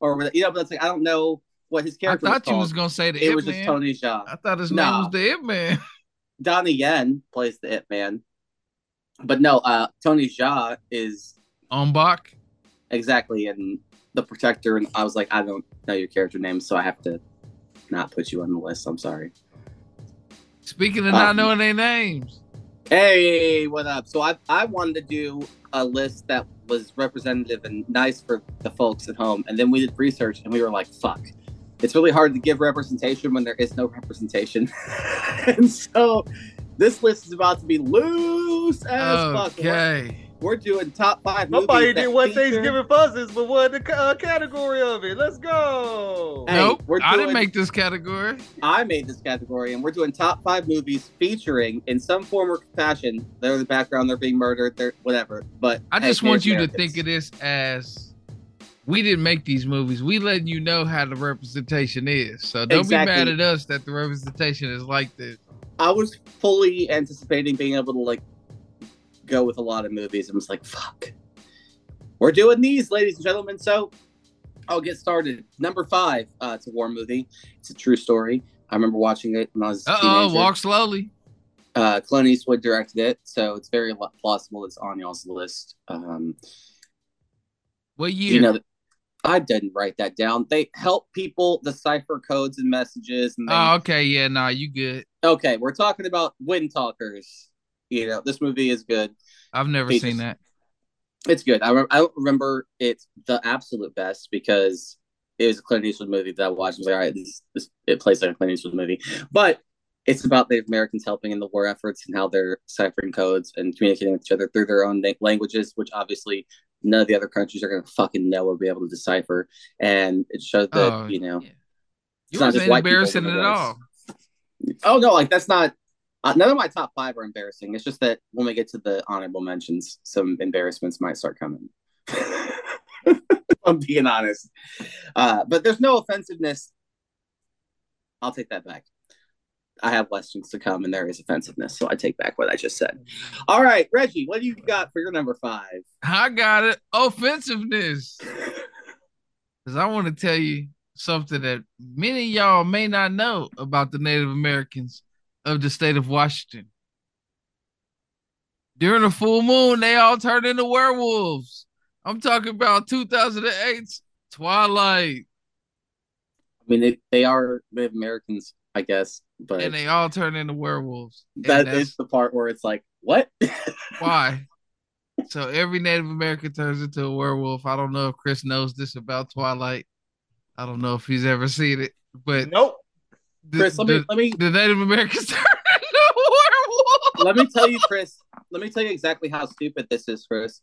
S3: or whatever- you know, but that's like I don't know what his
S2: I
S3: character.
S2: thought
S3: was
S2: you
S3: called.
S2: was gonna say the
S3: It
S2: Ip
S3: was just
S2: man.
S3: Tony Jaa.
S2: I thought his name
S3: Nah.
S2: was the Ip man.
S3: Donnie Yen plays the It Man, but no, uh, Tony Jaa is
S2: On Bach.
S3: Exactly, and the protector. And I was like, I don't know your character name, so I have to not put you on the list. I'm sorry.
S2: Speaking of
S3: Um,
S2: not knowing their names.
S3: Hey, what up? So I I wanted to do a list that was representative and nice for the folks at home, and then we did research, and we were like, fuck. It's really hard to give representation when there is no representation, and so this list is about to be loose as fuck. We're,
S2: Okay.
S3: we're doing top five.
S1: Nobody
S3: movies
S1: did
S3: that
S1: what
S3: feature-
S1: Thanksgiving fuzzes, but what the uh, category of it? Let's go.
S3: Hey,
S2: nope.
S3: we're
S2: I didn't
S3: doing-
S2: make this category.
S3: I made this category, and we're doing top five movies featuring, in some form or fashion, they're in the background, they're being murdered, they're whatever. But
S2: I
S3: hey,
S2: just want
S3: there's
S2: you to
S3: Americans.
S2: think of this as we didn't make these movies. We letting you know how the representation is. So don't
S3: Exactly.
S2: be mad at us that the representation is like this.
S3: I was fully anticipating being able to like go with a lot of movies, and was like, "Fuck, we're doing these, ladies and gentlemen." So I'll get started. Number five, uh, it's a war movie. It's a true story. I remember watching it when I was a
S2: Uh oh,
S3: teenager.
S2: walk slowly.
S3: Uh, Clint Eastwood directed it, so it's very lo- plausible it's on y'all's list. Um,
S2: What year?
S3: you know i didn't write that down they help people decipher codes and messages and they,
S2: oh, okay, yeah, nah, you good.
S3: okay we're talking about wind talkers you know this movie is good
S2: I've never
S3: Jesus.
S2: seen that.
S3: it's good i, rem- I don't remember it's the absolute best because it was a clint eastwood movie that i watched i was like all right this, this it plays like a clint eastwood movie but it's about Native Americans helping in the war efforts and how they're ciphering codes and communicating with each other through their own na- languages, which obviously none of the other countries are going to fucking know or be able to decipher. And it shows that,
S2: Oh,
S3: you know,
S2: yeah.
S3: It's
S2: You
S3: not
S2: wasn't
S3: just white people
S2: embarrassing
S3: doing
S2: at
S3: the race.
S2: all.
S3: Oh no, like that's not. Uh, none of my top five are embarrassing. It's just that when we get to the honorable mentions, some embarrassments might start coming. I'm being honest, uh, but there's no offensiveness. I'll take that back. I have lessons to come, and there is offensiveness, so I take back what I just said. All right, Reggie, what do you got for your number five?
S2: I got it. Offensiveness. Because I want to tell you something that many of y'all may not know about the Native Americans of the state of Washington. During the full moon, they all turn into werewolves. I'm talking about 2008's Twilight,
S3: I mean, they, they are Native Americans, I guess, but
S2: and they all turn into werewolves. And
S3: that
S2: that's
S3: is the part where it's like, what?
S2: why. So every Native American turns into a werewolf. I don't know if Chris knows this about Twilight. I don't know if he's ever seen it, but
S1: Nope.
S2: the-
S3: Chris, let
S2: the-
S3: me let me
S2: the Native Americans turned into werewolves.
S3: let me tell you, Chris. Let me tell you exactly how stupid this is, Chris.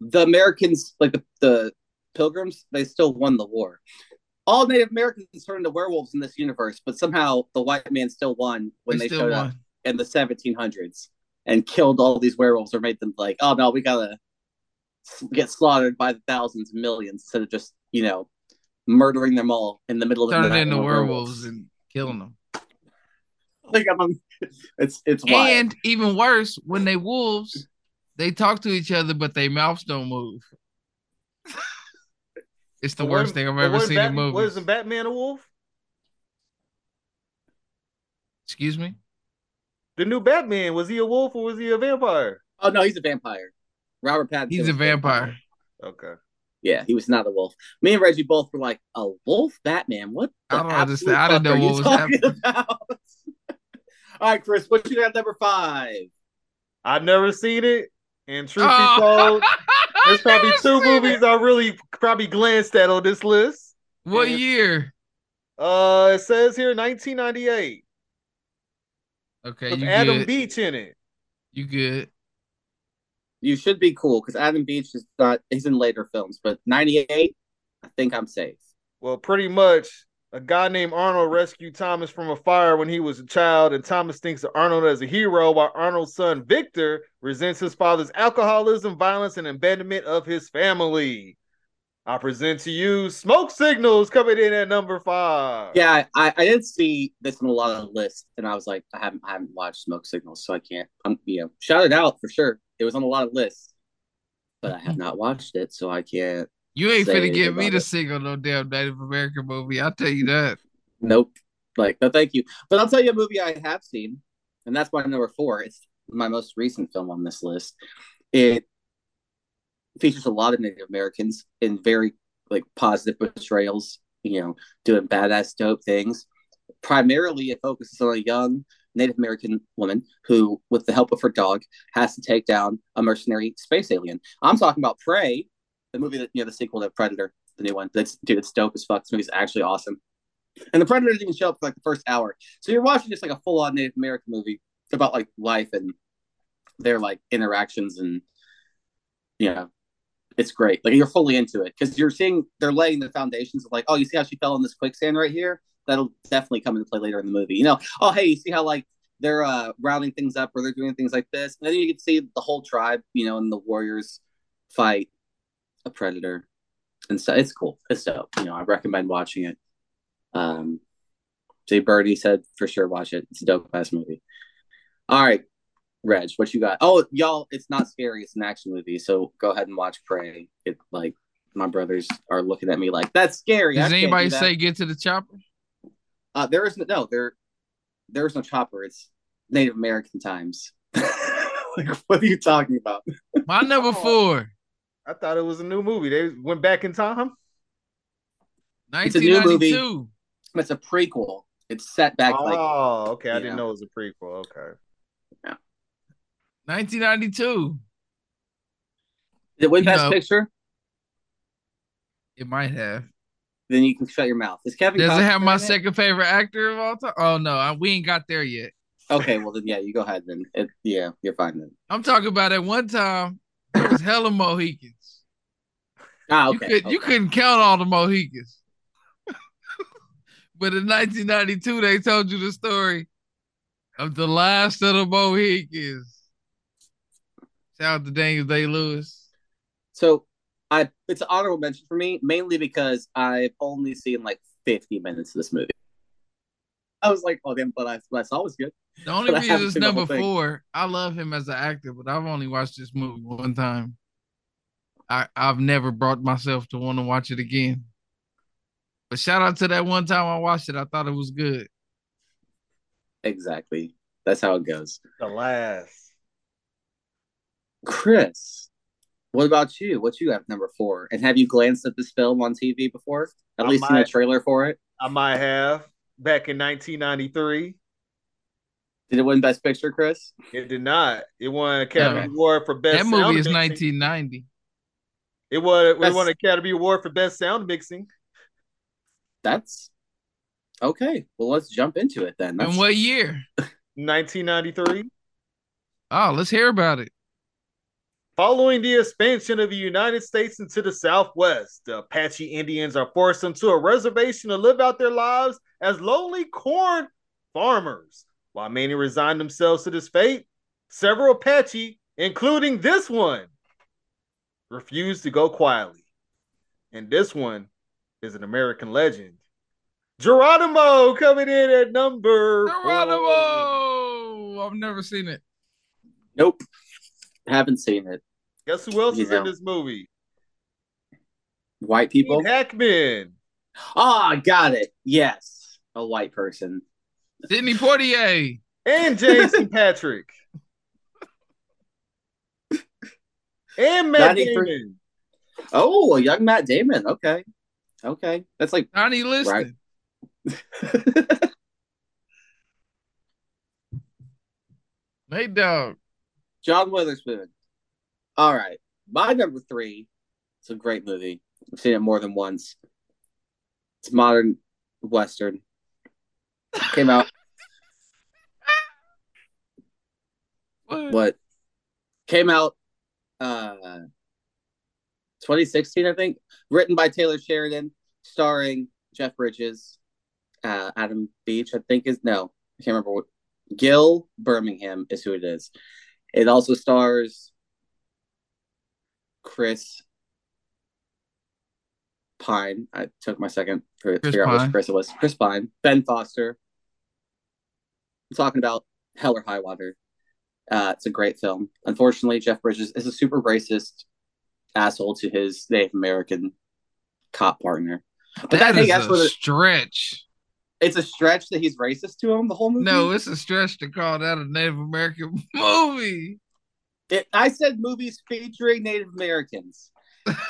S3: The Americans, like the, the Pilgrims, they still won the war. All Native Americans turned into werewolves in this universe, but somehow the white man still won when they, showed up in the 1700s and killed all these werewolves or made them like, oh no, we gotta s- get slaughtered by the thousands, millions, instead of just you know murdering them all in the middle of the
S2: Turning
S3: night.
S2: into
S3: when we're
S2: werewolves and killing them.
S3: Like, I'm- it's it's wild.
S2: And even worse, when they wolves, they talk to each other, but their mouths don't move. it's the
S1: But
S2: worst
S1: what-
S2: thing I've
S1: but
S2: ever
S1: what is
S2: seen in
S1: Batman-
S2: movies.
S1: What is the Batman a wolf?
S2: Excuse me?
S1: The new Batman was he a wolf or was he a vampire?
S3: Oh no, he's a vampire. Robert Pattinson.
S2: He's
S3: was
S2: a vampire.
S1: Okay.
S3: Yeah, he was not a wolf. Me and Reggie both were like, a wolf Batman? What? The
S2: I don't
S3: absolute
S2: understand. I didn't
S3: fuck
S2: know
S3: are
S2: what
S3: you
S2: was
S3: talking about? All right, Chris, what you got at number five?
S1: I've never seen it. And truth be
S2: Oh.
S1: told, there's probably
S2: Never
S1: two
S2: seen it.
S1: movies I really probably glanced at on this list.
S2: What
S1: And-
S2: year?
S1: Uh, it says here 1998
S2: Okay,
S1: with
S2: you
S1: Adam
S2: good.
S1: Beach in it.
S2: You good?
S3: You should be cool because Adam Beach is not. He's in later films, but '98, I think I'm safe.
S1: Well, pretty much a guy named Arnold rescued Thomas from a fire when he was a child, and Thomas thinks of Arnold as a hero, while Arnold's son Victor resents his father's alcoholism, violence, and abandonment of his family. I present to you Smoke Signals coming in at number five.
S3: Yeah, I, I did see this on a lot of lists, and I was like, I haven't I haven't watched Smoke Signals, so I can't. I'm you know, shout it out for sure. It was on a lot of lists, but I have not watched it, so I can't.
S2: You ain't
S3: Say
S2: finna get
S3: about
S2: me to
S3: it.
S2: single no damn Native American movie. I'll tell you that.
S3: Nope. Like, no, thank you. But I'll tell you a movie I have seen, and that's my number four. It's my most recent film on this list. It features a lot of Native Americans in very like positive portrayals, you know, doing badass dope things. Primarily, it focuses on a young Native American woman who, with the help of her dog, has to take down a mercenary space alien. I'm talking about Prey, the movie that you know, the sequel to Predator, the new one. That's dude, it's dope as fuck. This movie's actually awesome. And the Predator didn't even show up for like the first hour. So you're watching just like a full on Native American movie about like life and their like interactions and you know, it's great. Like you're fully into it because you're seeing they're laying the foundations of like, oh, you see how she fell in this quicksand right here? That'll definitely come into play later in the movie. You know, oh hey, you see how like they're uh rounding things up or they're doing things like this. And then you can see the whole tribe, you know, and the warriors fight a predator. And so it's cool. It's dope. You know, I recommend watching it. Um, Jay Birdie said for sure watch it. It's a dope ass movie. All right, Reg, what you got? Oh, y'all, it's not scary. It's an action movie. So go ahead and watch Prey. It like my brothers are looking at me like that's scary. I
S2: Does
S3: can't do
S2: anybody
S3: that."
S2: say get to the chopper?
S3: uh, there isn't no there? There is no chopper. It's Native American times. like what are you talking about?
S2: My number
S1: Oh.
S2: four.
S1: I thought it was a new movie. They went back in time.
S3: a new movie.
S2: 1992.
S3: It's a prequel. It's set back like
S1: oh, okay. I
S3: you
S1: didn't
S3: know.
S1: know it was a prequel. Okay.
S2: 1992.
S3: did it win
S2: you
S3: best
S2: know.
S3: picture?
S2: It might have.
S3: Then you can shut your mouth. Is Kevin?
S2: Does it
S3: Costner
S2: have my
S3: in it?
S2: second favorite actor of all time? Oh no, I, we ain't got there yet.
S3: Okay, well then, yeah, you go ahead then. It, yeah, you're fine then.
S2: I'm talking about at one time there was hella Mohicans.
S3: Ah, okay.
S2: you could you
S3: okay.
S2: couldn't count all the Mohicans. but in 1992, they told you the story of the last of the Mohicans. Shout out to Daniel Day Lewis.
S3: So, I it's an honorable mention for me mainly because I've only seen like 50 minutes of this movie. I was like, oh damn, but I, what I saw was good.
S2: The only
S3: But I
S2: reason
S3: haven't
S2: it's
S3: seen the whole
S2: number
S3: thing.
S2: four, I love him as an actor, but I've only watched this movie one time. I, I've never brought myself to want to watch it again. But shout out to that one time I watched it. I thought it was good.
S3: Exactly. That's how it goes.
S1: The last.
S3: Chris, what about you? What you have number four? And have you glanced at this film on TV before? At
S1: I
S3: least seen a
S1: might.
S3: trailer for it.
S1: I might have back in 1993.
S3: Did it win Best Picture, Chris?
S1: It did not. It won Academy
S2: Okay.
S1: Award for best.
S2: that movie
S1: sound
S2: is
S1: mixing.
S2: 1990.
S1: It won. It
S3: That's-
S1: won Academy Award for best sound mixing.
S3: That's okay. Well, let's jump into it then. That's
S2: And what year?
S1: 1993.
S2: Oh, let's hear about it.
S1: Following the expansion of the United States into the Southwest, the Apache Indians are forced into a reservation to live out their lives as lonely corn farmers. While many resign themselves to this fate, several Apache, including this one, refuse to go quietly. And this one is an American legend. Geronimo coming in at number four.
S2: Geronimo! I've never seen it.
S3: nope. Haven't seen it.
S1: Guess who else is
S3: Yeah.
S1: in this movie?
S3: White
S1: Gene
S3: people.
S1: Hackman.
S3: Ah, got it. Yes, a white person.
S2: Sidney Portier.
S1: and Jason Patrick and Matt
S3: Johnny Fr-
S1: Damon.
S3: Oh, a young Matt Damon. Okay, okay. That's like
S2: Donnie Liston.
S3: Right.
S2: Nate Dog.
S3: John Witherspoon. All right. My number three. It's a great movie. I've seen it more than once. It's modern Western. Came out
S2: What?
S3: what came out uh 2016 i think written by taylor sheridan starring jeff bridges uh adam beach i think is no i can't remember what gil birmingham is who it is it also stars chris pine i took my second to
S2: Chris
S3: figure out
S2: Pine.
S3: which chris it was chris pine ben foster i'm talking about hell or high water uh, it's a great film. Unfortunately, Jeff Bridges is a super racist asshole to his Native American cop partner. But that, I
S2: That
S3: think
S2: is
S3: that's
S2: a
S3: what it-
S2: stretch.
S3: it's a stretch that he's racist to him the whole movie.
S2: No, it's a stretch to call that a Native American movie.
S3: It, I said movies featuring Native Americans.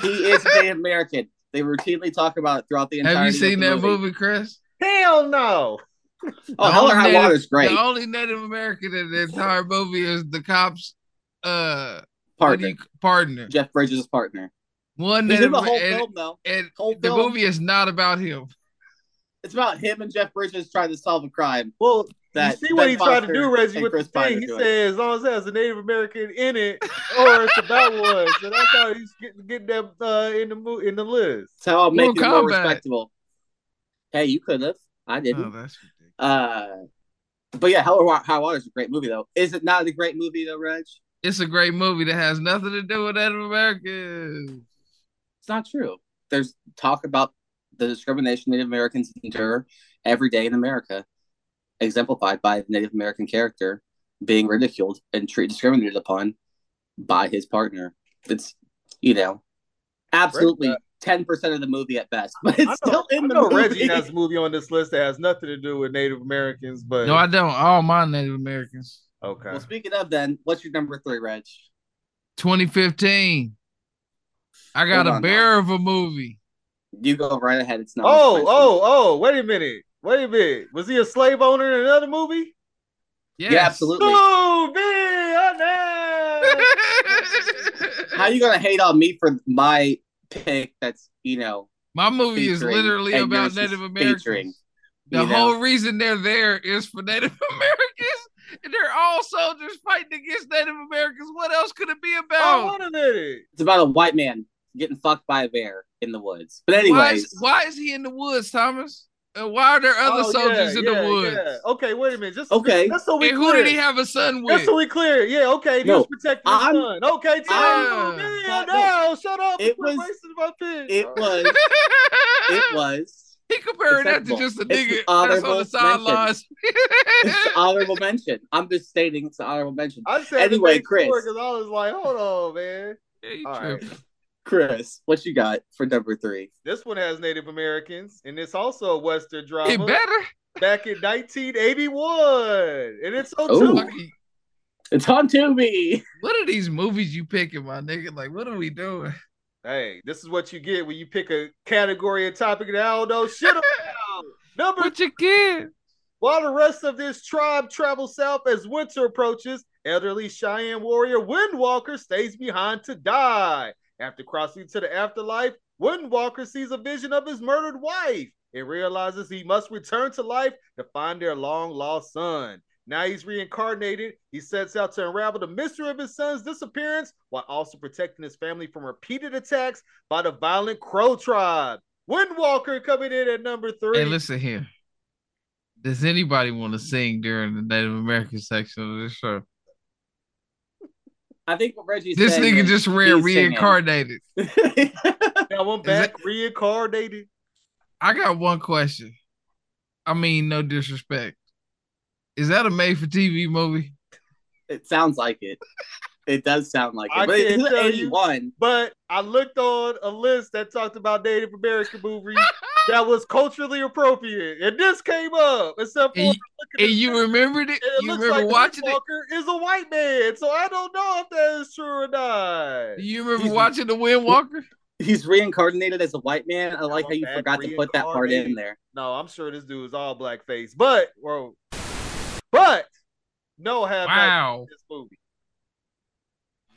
S3: He is a Native American. They routinely talk about it throughout the entire.
S2: Have you seen that movie, Chris?
S1: Hell no.
S3: Oh,
S2: The
S3: Hell or
S2: only
S3: High
S2: Native-
S3: Water is great.
S2: The only Native American in the entire movie is the cops uh what do
S3: partner,
S2: you- partner.
S3: Jeff Bridges' partner.
S2: One
S3: He's
S2: Native
S3: in the whole
S2: and,
S3: film though.
S2: and
S3: Whole
S2: the
S3: film.
S2: movie is not about him.
S3: It's about him and Jeff Bridges trying to solve a crime.
S1: Well,
S3: That
S1: you see what
S3: Ben
S1: he tried
S3: Foster
S1: to do, Reggie,
S3: and
S1: with
S3: Chris
S1: the
S3: Pine
S1: thing.
S3: are
S1: He
S3: doing.
S1: said, as long as it has a Native American in it, or it's about one. So that's how he's getting get that uh, in the mo- in the list.
S3: That's how I'll make it
S2: Mortal
S3: more
S2: Kombat.
S3: respectable. Hey, you could have. I
S2: Oh,
S3: didn't.
S2: that's ridiculous.
S3: Uh, but yeah, Hell or Wa- High Water is a great movie, though. Is it not a great movie, though, Reg?
S2: It's a great movie that has nothing to do with Native Americans.
S3: It's not true. There's talk about the discrimination Native Americans endure every day in America, exemplified by the Native American character being ridiculed and treated discriminated upon by his partner. It's, you know, absolutely 10% of the movie at best, but it's
S1: uh, I know,
S3: still in
S1: I
S3: the
S1: know
S3: movie.
S1: Reggie has a movie on this list that has nothing to do with Native Americans, but
S2: No, I don't. All my Native Americans.
S1: okay.
S3: Well, speaking of then, what's your number three, Reg?
S2: 2015. I got
S3: Hold
S2: a
S3: on,
S2: bear of a movie.
S3: You go right ahead. It's not.
S1: Oh, oh, oh! Wait a minute! Wait a minute! Was he a slave owner in another movie?
S2: Yes.
S3: yeah, absolutely.
S1: Oh, man! oh.
S3: How you gonna hate on me for my pick? That's you know
S2: My movie is
S3: Featuring,
S2: literally
S3: and
S2: about
S3: yours is
S2: Native Americans.
S3: featuring,
S2: The
S3: you know.
S2: whole reason they're there is for Native Americans, and they're all soldiers fighting against Native Americans. What else could it be
S1: Oh,
S2: about?
S1: wait a minute!
S3: it's about a white man getting fucked by a bear in the woods. But
S2: why,
S3: anyways,
S2: is, why is he in the woods, Thomas? And why are there other
S1: Oh,
S2: soldiers
S1: yeah,
S2: in
S1: yeah,
S2: the woods?
S1: yeah. Okay, wait a minute. Just
S3: Okay.
S1: That's so we
S2: And who
S1: clear.
S2: did he have a son
S1: That's
S2: with?
S1: so we clear. Yeah. Okay. He
S3: No,
S1: was protecting his
S3: I'm-
S1: son. Okay. Tell
S2: I'm-
S1: him, man,
S3: but
S1: no, shut up.
S3: it
S1: It was
S3: was-
S1: racist about this.
S3: it was it was
S2: he compared that to
S3: acceptable.
S2: just a
S3: It's an
S2: nigga that's on
S3: honorable
S2: the sidelines.
S3: it's an honorable mention. I'm just stating it's an honorable mention.
S1: I said
S3: Anyway, Chris.
S1: because I was like, hold on, man.
S2: Yeah, you
S1: All right.
S2: tripping.
S3: Chris, what you got for number three?
S1: This one has Native Americans, and it's also a Western
S2: He
S1: drama
S2: better.
S1: back in 1981, and it's on
S3: Ooh.
S1: two.
S2: Lucky-
S3: It's on Tubi.
S2: What are these movies you picking, my nigga? Like, what are we doing?
S1: Hey, this is what you get when you pick a category and topic that I don't know shit about. Number
S2: What you kid?
S1: While the rest of this tribe travels south as winter approaches, elderly Cheyenne warrior Windwalker stays behind to die. After crossing to the afterlife, Windwalker sees a vision of his murdered wife and realizes he must return to life to find their long lost son. Now he's reincarnated. He sets out to unravel the mystery of his son's disappearance while also protecting his family from repeated attacks by the violent Crow tribe. Windwalker coming in at number three.
S2: Hey, listen here. Does anybody want to sing during the Native American section of this show?
S3: I think what Reggie
S2: This
S3: said
S2: nigga
S3: is-
S2: just re-
S3: he's singing.
S2: reincarnated.
S1: Now I'm
S2: Is
S1: back, reincarnated.
S2: I got one question. I mean, no disrespect. Is that a made for TV movie?
S3: it sounds like it. It does sound like
S1: I
S3: it. But it's
S1: can't tell you.
S3: 81.
S1: But I looked on a list that talked about Native American movies that was culturally appropriate, and this came up. Except for
S2: And,
S1: look at
S2: and
S1: this
S2: you
S1: list,
S2: remembered it?
S1: and it
S2: You
S1: looks
S2: remember
S1: like
S2: watching it?
S1: Walker is a white man, so I don't know if that is true or not.
S2: You remember
S3: He's-
S2: watching The Wind Walker?
S3: He's reincarnated as a white man. I like
S1: I'm
S3: how you
S1: back
S3: forgot to put that part in
S1: reincarnated.
S3: there.
S1: No, I'm sure this dude is all blackface, but bro, but No, have not
S2: Wow.
S1: seen this movie.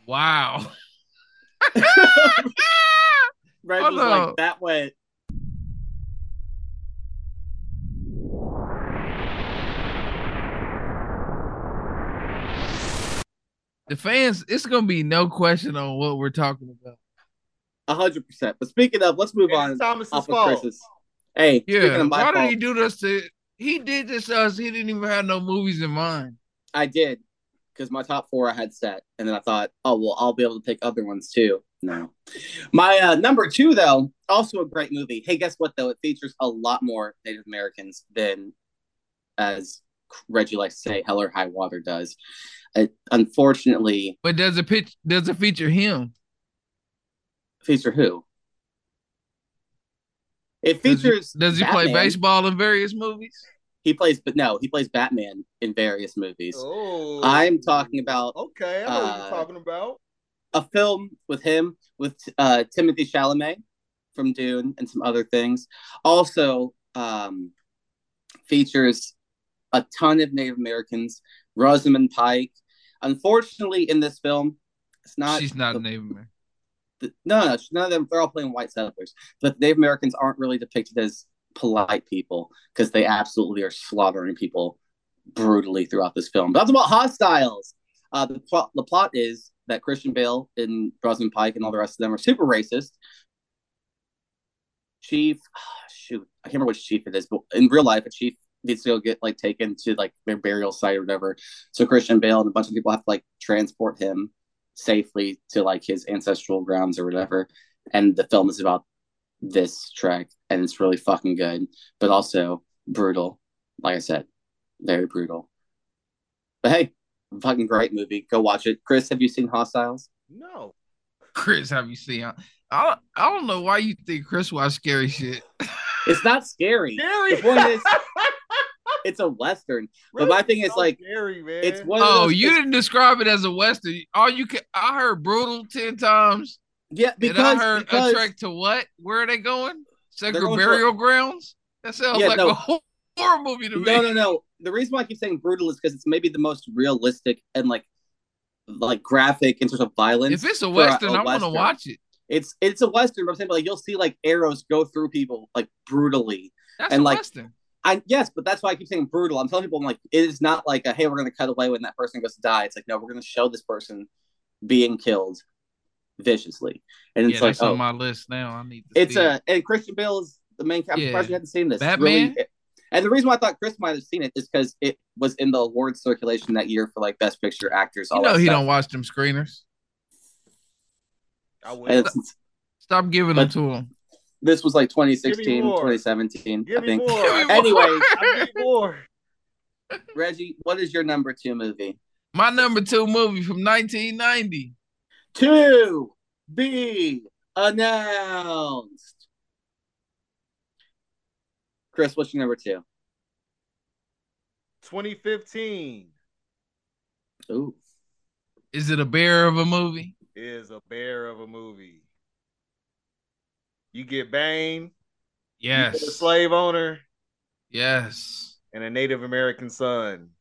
S2: Wow.
S3: Red
S2: Hold
S3: was
S2: on.
S3: like, that went.
S2: the fans, it's gonna be no question on what we're talking about.
S3: A hundred percent. But speaking of, let's move on
S1: It's Thomas's
S3: off of
S1: fault.
S3: Chris's. Hey, speaking
S2: Yeah.
S3: of
S2: Why
S3: my fault,
S2: did he do this to he did this to us? He didn't even have no movies in mind.
S3: I did because my top four I had set, and then I thought, oh well, I'll be able to pick other ones too. No, my uh, number two though, also a great movie. Hey, guess what though? It features a lot more Native Americans than, as Reggie likes to say, Hell or High Water does. It unfortunately
S2: But does it pitch does it feature him?
S3: feature who? It
S2: Does he-
S3: features.
S2: Does he play
S3: Batman.
S2: baseball in various movies?
S3: He plays, but no, he plays Batman in various movies.
S1: Oh.
S3: I'm talking about
S1: Okay, I know what
S3: uh,
S1: you're talking about.
S3: a film with him with uh, Timothy Chalamet from Dune and some other things. Also um, features a ton of Native Americans. Rosamund Pike. Unfortunately, in this film, it's not.
S2: She's not
S3: the-
S2: Native American.
S3: the- no, no, none of them. They're all playing white settlers, but Native Americans aren't really depicted as polite people because they absolutely are slaughtering people brutally throughout this film. But that's about hostiles. Uh, the plot, the plot is that Christian Bale and Rosamund Pike and all the rest of them are super racist. Chief, shoot, I can't remember which chief it is, but in real life, a chief needs to go get like taken to like their burial site or whatever. So Christian Bale and a bunch of people have to like transport him safely to like his ancestral grounds or whatever. And the film is about this trek, and it's really fucking good, but also brutal. Like I said, very brutal. But hey, fucking great movie. Go watch it. Chris, have you seen Hostiles?
S1: No.
S2: Chris, have you seen? I I I don't know why you think Chris watched scary shit.
S3: It's not scary.
S1: Gary.
S3: The point is, it's a western. but my thing is, like,
S1: Gary, man.
S3: It's one. Of
S2: Oh,
S3: those-
S2: you
S3: it's-
S2: didn't describe it as a western. All you can I heard brutal ten times,
S3: yeah
S2: and
S3: because
S2: I heard
S3: because
S2: a trek to what? Where are they going? Sacred
S3: going for-
S2: burial grounds. That sounds
S3: Yeah,
S2: like
S3: no.
S2: a horror movie to me.
S3: no no no. The reason why I keep saying brutal is because it's maybe the most realistic and like like graphic in terms of violence.
S2: If it's a
S3: uh, a
S2: western, I want to
S3: western.
S2: watch it.
S3: It's it's a western, but I'm saying but, like you'll see like arrows go through people like brutally.
S2: That's
S3: And,
S2: a
S3: like,
S2: western.
S3: I yes, but that's why I keep saying brutal. I'm telling people I'm like it is not like a hey we're gonna cut away when that person goes to die. It's like no, we're gonna show this person being killed viciously, and
S2: Yeah,
S3: it's like
S2: that's
S3: oh,
S2: on my list now. I need. To
S3: it's
S2: see it.
S3: a and Christian Bale is the main character. I'm surprised
S2: Yeah.
S3: you hadn't seen this. It's
S2: Batman?
S3: Really, and the reason why I thought Chris might have seen it is because it was in the award circulation that year for like best picture actors. All
S2: You know
S3: that
S2: he
S3: stuff.
S2: don't watch them screeners.
S1: I
S3: And
S1: will.
S3: it's-
S2: Stop giving them
S3: But-
S2: to him.
S3: this was like
S1: Give me
S3: 2016,
S1: more.
S3: 2017. I
S1: Give me
S3: think.
S1: more.
S2: Give me more.
S3: Anyway,
S1: I need more.
S3: Reggie, what is your number two movie?
S2: My number two movie from 1990.
S3: to be announced. Chris, what's your number two?
S1: 2015
S3: Ooh,
S2: Is it a bear of a movie?
S1: is a bear of a movie. You get Bane, you
S2: Yes.
S1: get a slave owner,
S2: Yes.
S1: and a Native American son.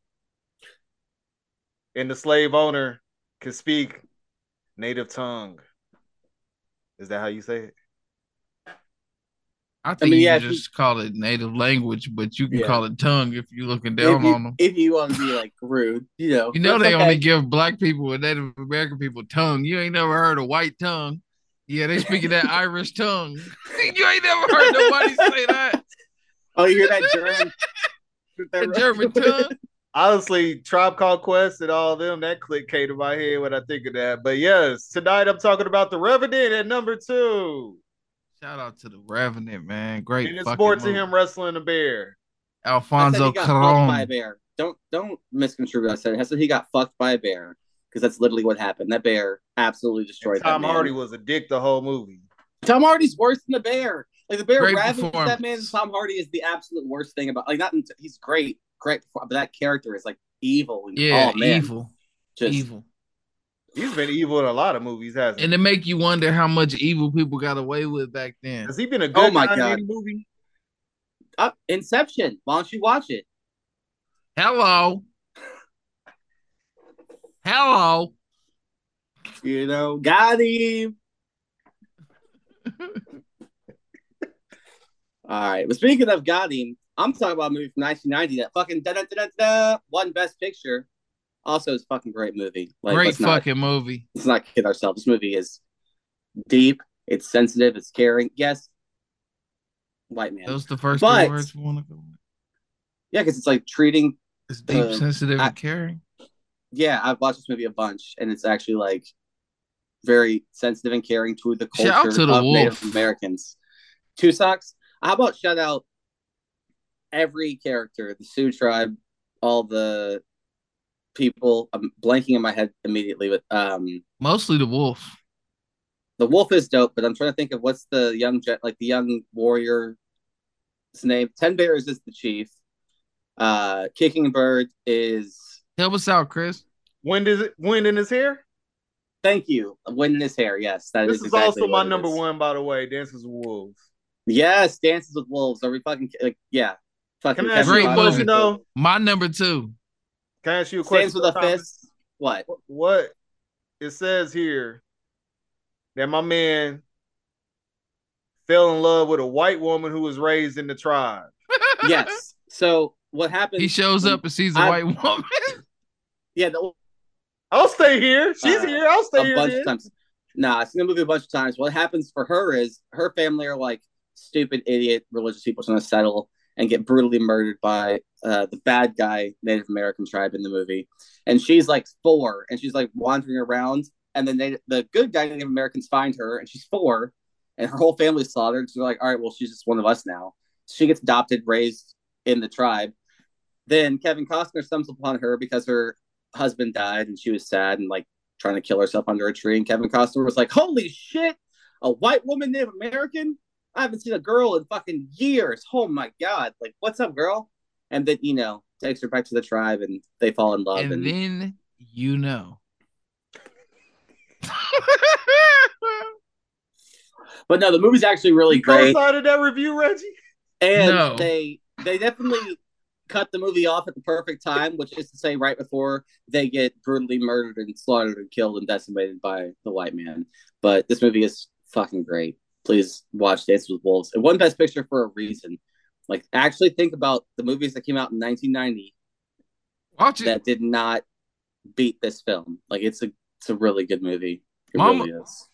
S1: And the slave owner can speak native tongue. Is that how you say it?
S2: I think
S3: mean,
S2: you
S3: yeah,
S2: can
S3: if you-
S2: just call it native language, but you can
S3: Yeah.
S2: call it tongue if you're looking
S3: if
S2: down on
S3: you,
S2: them.
S3: if you want to be like rude, you know,
S2: You know
S3: that's
S2: they
S3: okay.
S2: only give black people and Native American people tongue. You ain't never heard a white tongue. Yeah, they speaking that Irish tongue. you ain't never heard nobody say that.
S3: Oh, you hear that German?
S2: The German tongue.
S1: Honestly, Tribe Called Quest and all them, that click came to my head when I think of that. But yes, tonight I'm talking about The Revenant at number two.
S2: Shout out to the Revenant, man. Great.
S1: and it's
S2: fucking
S1: more to
S2: movie.
S1: him wrestling a bear.
S3: I said
S2: Alfonso
S3: he got fucked by a
S2: Cuarón.
S3: bear. Don't don't misconstrue what I said. I said he got fucked by a bear because that's literally what happened. That bear absolutely destroyed. that
S1: Tom
S3: man.
S1: Hardy was a dick the whole movie.
S3: Tom Hardy's worse than the bear. Like the bear
S2: Great
S3: ravages that man.
S2: performance.
S3: Tom Hardy is the absolute worst thing about. Like not in- he's great, great, but that character is like evil. And,
S2: Yeah,
S3: oh, man,
S2: evil.
S3: Just,
S2: evil.
S1: He's been evil in a lot of movies, hasn't
S2: And
S1: he?
S2: it make you wonder how much evil people got away with back then.
S1: Has he been a good
S3: Oh my
S1: guy in
S3: God.
S1: any movie?
S3: Uh, Inception. Why don't you watch it?
S2: Hello. Hello.
S3: You know, got him. All right. But speaking of got him, I'm talking about a movie from 1990 that fucking da da da da one best picture. Also, it's a fucking great movie. Like,
S2: Great
S3: let's not-
S2: fucking movie.
S3: let's not kid ourselves. This movie is deep. It's sensitive. It's caring. Yes, white man.
S2: Those the first
S3: But-
S2: three words we want to go. with.
S3: Yeah, because it's like treating.
S2: It's deep,
S3: Uh,
S2: sensitive,
S3: I-
S2: and caring.
S3: Yeah, I've watched this movie a bunch, and it's actually like very sensitive and caring to the culture
S2: Shout out to the
S3: of Native
S2: wolf.
S3: Americans. Two socks. How about shout out every character, the Sioux tribe, all the people. I'm blanking in my head immediately, but um,
S2: Mostly the wolf.
S3: The wolf is dope, but I'm trying to think of what's the young jet like the young warrior's name. Ten Bears is the chief. Uh Kicking Bird is
S2: Help us out, Chris.
S1: Wind is it? Wind in his hair.
S3: thank you. Wind in his hair. Yes, that is
S1: This is
S3: exactly
S1: also my
S3: what it
S1: number
S3: is.
S1: one, by the way. Dances with Wolves.
S3: Yes, dances with wolves. Are we fucking like yeah. Fucking
S1: Can I ask
S2: Great
S1: you a
S3: Kevin
S1: question
S2: movie.
S3: Conroy.
S1: though?
S2: My number two.
S1: Can I ask you a question?
S3: Stands with a
S1: Thomas?
S3: fist. What?
S1: What it says here that my man fell in love with a white woman who was raised in the tribe.
S3: yes. So what happens
S2: He shows up and sees a
S3: I-
S2: white woman.
S3: Yeah, the
S1: I'll stay here. She's
S3: Uh,
S1: here. I'll stay
S3: a
S1: here.
S3: bunch
S1: then.
S3: of times. Nah, I've seen the movie a bunch of times. What happens for her is her family are like stupid, idiot, religious people trying to settle and get brutally murdered by uh, the bad guy Native American tribe in the movie. And she's like four, and she's like wandering around, and then they, the good guy Native Americans find her, and she's four, and her whole family's slaughtered. So they're like, all right, well, she's just one of us now. She gets adopted, raised in the tribe. Then Kevin Costner stumbles upon her because her husband died, and she was sad and like trying to kill herself under a tree. And Kevin Costner was like, "Holy shit, a white woman Native American? I haven't seen a girl in fucking years. Oh my god, like what's up, girl?" And then you know takes her back to the tribe, and they fall in love. And,
S2: and then you know.
S3: but no, the movie's actually really
S1: you
S3: great,
S1: co-signed that review, Reggie.
S3: and
S2: No.
S3: they they definitely cut the movie off at the perfect time, which is to say, right before they get brutally murdered and slaughtered and killed and decimated by the white man. But this movie is fucking great. Please watch Dance with Wolves. It won Best Picture for a reason. Like, actually think about the movies that came out in 1990
S2: Watch it.
S3: that did not beat this film. Like, it's a it's a really good movie. It
S2: Mama-
S3: really is.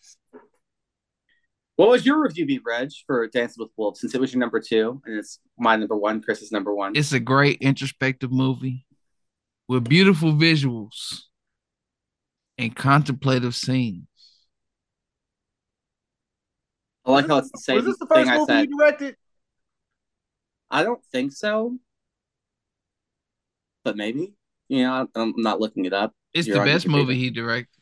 S3: What was your review, be Reg, for Dancing with Wolves? Since it was your number two, and it's my number one, Chris's number one.
S2: It's a great introspective movie with beautiful visuals and contemplative scenes.
S3: I like how it's the same
S1: Was this the
S3: thing
S1: first
S3: I
S1: movie
S3: said.
S1: you directed?
S3: I don't think so, but maybe. You know, I- I'm not looking it up.
S2: It's
S3: You're
S2: the
S3: on
S2: best
S3: your
S2: movie
S3: feet.
S2: he directed.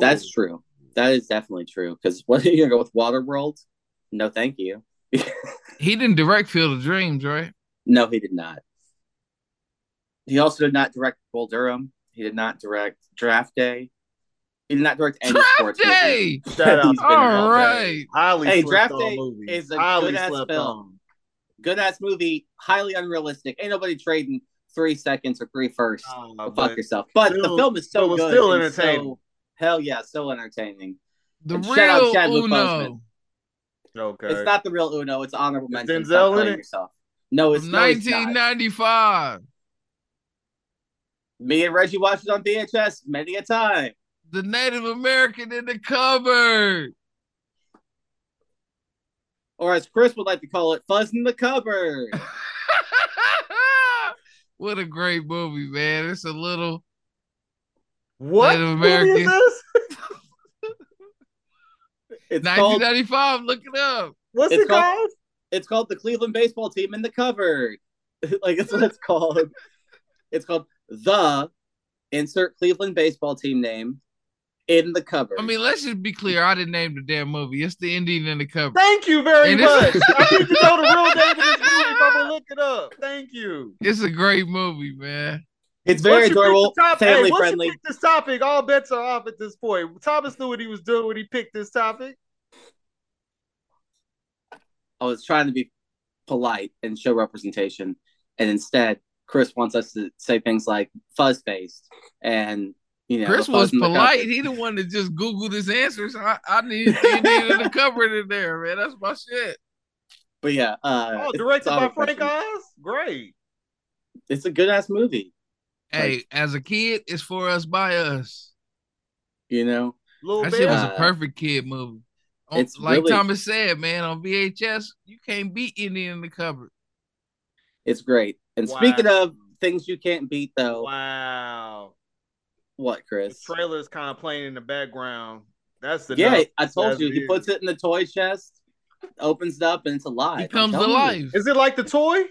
S3: That's
S1: Ooh.
S3: true. That is definitely true. Because what are you gonna go with Waterworld? No, thank you.
S2: He didn't direct Field of Dreams, right?
S3: No, he did not. He also did not direct Bull Durham. He did not direct Draft Day. He did not direct any
S2: Draft
S3: sports movie.
S2: Day.
S1: Shout out.
S3: He's been
S2: All
S3: around
S2: right.
S1: Highly
S3: Hey,
S1: slept
S3: Draft
S1: on
S3: Day
S1: movie.
S3: is a
S1: Highly
S3: good-ass
S1: slept
S3: film.
S1: on.
S3: Good ass movie, highly unrealistic. Ain't nobody trading three seconds or three firsts.
S1: Uh,
S3: Go
S1: but
S3: fuck yourself. But the
S1: still-
S3: film is so
S1: but it's
S3: good.
S1: still
S3: and so-
S1: entertaining.
S3: hell yeah, so entertaining.
S2: The
S3: And
S2: real
S3: shout out Chadwick
S2: Uno
S3: Boseman.
S1: okay.
S3: It's not the real Uno. It's honorable
S1: Is
S3: mention.
S1: Denzel
S3: Stop
S1: in
S3: playing
S1: it?
S3: Yourself. No, it's
S2: from
S3: no, it's not.
S2: 1995.
S3: Me and Reggie watched it on VHS many a time.
S2: The Native American in the cupboard.
S3: Or as Chris would like to call it, Fuzz in the Cupboard.
S2: what a great movie, man. It's a little
S1: what
S2: Native
S1: movie is
S2: American.
S1: this?
S3: It's called
S2: 1995. Look it up.
S1: What's
S3: It's
S1: it
S3: called-
S1: called?
S3: it's called the Cleveland baseball team in the cupboard. like that's what it's called. It's called the insert Cleveland baseball team name in the cupboard.
S2: I mean, let's just be clear. I didn't name the damn movie. It's the Indian in the cupboard.
S1: Thank you very
S2: And
S1: much.
S2: it's-
S1: I need to know the real name of this movie if I'm gonna look it up. Thank you.
S2: It's a great movie, man.
S3: it's very
S1: Once you pick
S3: adorable,
S1: the top- hey, once
S3: family
S1: you
S3: friendly.
S1: pick this topic, all bets are off at this point. Thomas knew what he was doing when he picked this topic.
S3: I was trying to be polite and show representation, and instead, Chris wants us to say things like fuzz faced and You know,
S2: Chris
S3: if I
S2: was
S3: in the
S2: polite.
S3: cupboard-
S2: He the one that just Googled his answers. I, I need, he needed a cupboard in there, man. That's my shit.
S3: But yeah, uh,
S1: Oh,
S3: it's
S1: directed
S3: solid
S1: by Frank
S3: question.
S1: Oz? Great.
S3: It's a good ass movie.
S2: Hey, as a kid, it's for us by us.
S3: You know,
S1: Little
S2: That shit was
S1: bit.
S2: a
S3: Uh,
S2: perfect kid movie. On-
S3: it's
S2: like
S3: really-
S2: Thomas said, man, on VHS, you can't beat Indian in the cupboard.
S3: it's great. And
S1: Wow.
S3: speaking of things you can't beat, though,
S1: Wow.
S3: what
S1: The
S3: Chris?
S1: trailer is kind of playing in the background. That's the
S3: yeah,
S1: note.
S3: I told
S1: as
S3: you.
S1: it
S3: He
S1: is.
S3: puts it in the toy chest, opens it up, and it's alive.
S2: He
S3: I'm
S2: comes to
S3: telling you.
S2: life.
S1: Is it like the toy?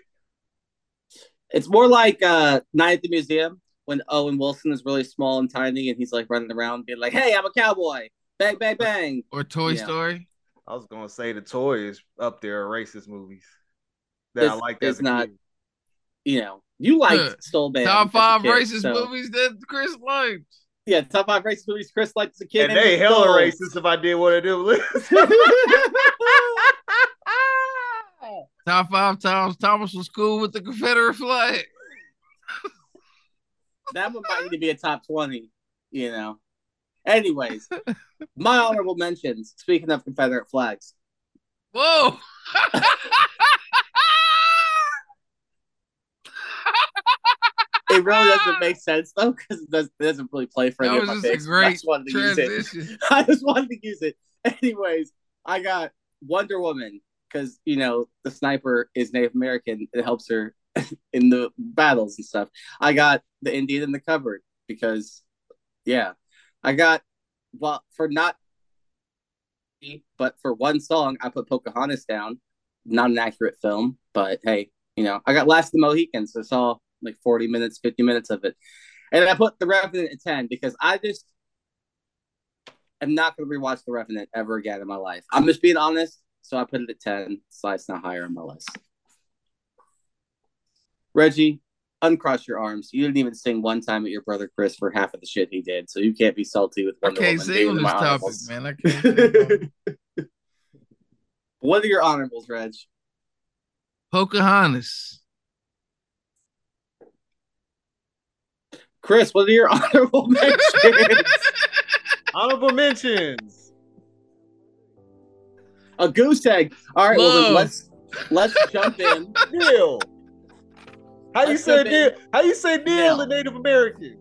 S3: It's more like uh, Night at the Museum when Owen Wilson is really small and tiny, and he's like running around being like, "Hey, I'm a cowboy! Bang, bang, bang!"
S2: Or Toy
S3: Yeah.
S2: Story.
S1: I was gonna say the toy is up there with racist movies that I
S3: It's-
S1: like. As
S3: it's
S1: a
S3: not-
S1: kid.
S3: You know, you liked
S2: Look,
S3: Stolban.
S2: Top five
S3: as a kid,
S2: racist
S3: so-
S2: movies that Chris liked.
S3: Yeah, top five racist movies Chris liked as a kid.
S1: and they hella
S3: still-
S1: racist if I did what I do.
S2: Top five times Thomas was cool with the Confederate flag.
S3: that one might need to be a top 20, you know. Anyways, my honorable mentions, speaking of Confederate flags,
S2: Whoa.
S3: it really doesn't make sense though, because it, does, it doesn't really play for
S2: That
S3: any
S2: was
S3: of my
S2: just a
S3: picks. but I
S2: great
S3: just wanted to use it.
S2: Transition.
S3: I just wanted to use it. Anyways, I got Wonder Woman, because, you know, the sniper is Native American. It helps her in the battles and stuff. I got the Indian in the cupboard, because, yeah. I got, well, for not but for one song, I put Pocahontas down. Not an accurate film, but hey, you know, I got Last of the Mohicans. So I saw like 40 minutes, 50 minutes of it. And I put The Revenant at 10 because I just am not going to rewatch The Revenant ever again in my life. I'm just being honest. So I put it at 10. So it's not higher on my list. Reggie, uncross your arms. You didn't even sing one time at your brother Chris for half of the shit he did. So you can't be salty with
S2: I
S3: Wonder
S2: can't
S3: Woman
S2: sing
S3: being
S2: on
S3: in
S2: this
S3: my
S2: topic,
S3: honorables.
S2: man. I can't sing on-
S3: What are your honorables, Reg?
S2: Pocahontas.
S3: Chris, what are your honorable mentions?
S1: Honorable mentions.
S3: A goose egg. All right, well
S2: Whoa.
S3: then let's let's jump in.
S1: Deal. How you
S3: Let's
S1: say
S3: jump
S1: deal?
S3: in.
S1: How you say deal
S3: Now.
S1: in Native American?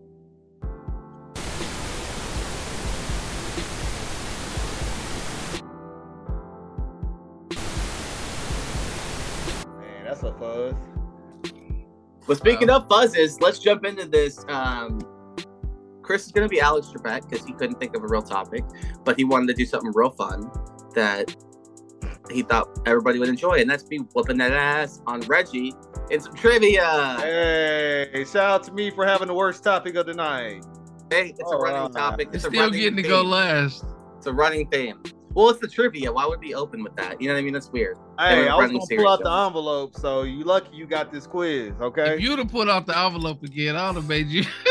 S1: Man, that's a fuzz.
S3: But speaking of fuzzes, let's jump into this. Um, Chris is gonna be Alex Trebek because he couldn't think of a real topic, but he wanted to do something real fun that he thought everybody would enjoy, and that's me whooping that ass on Reggie in some trivia.
S1: Hey, shout out to me for having the worst topic of the night.
S3: Hey, it's a running
S1: Alright.
S3: topic.
S2: It's
S3: It's a
S2: still
S3: running
S2: getting to
S3: theme.
S2: go last.
S3: It's a running theme. Well, it's the trivia. Why would we open with that? You know what I mean? That's weird.
S1: Hey,
S3: we're
S1: I was
S3: running
S1: gonna
S3: serious,
S1: pull out the
S3: y'all.
S1: envelope, so you lucky you got this quiz,
S2: If
S1: okay?
S2: you'd have put out the envelope again, I would have made you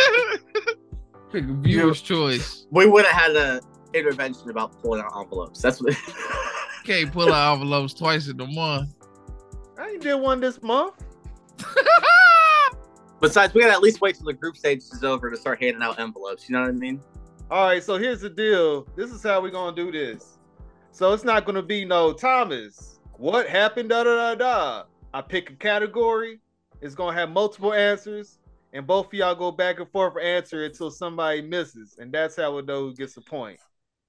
S2: pick a viewer's choice.
S3: We would have had a intervention about pulling out envelopes. That's what.
S2: Can't pull out envelopes twice in the month.
S1: I ain't did one this month.
S3: Besides, we gotta at least wait till the group stage is over to start handing out envelopes. You know what I mean?
S1: All right, so here's the deal. This is how we're gonna do this. So it's not gonna be no Thomas. What happened? Da da da da. I pick a category. It's gonna have multiple answers, and both of y'all go back and forth and answer until somebody misses, and that's how we know who gets a point.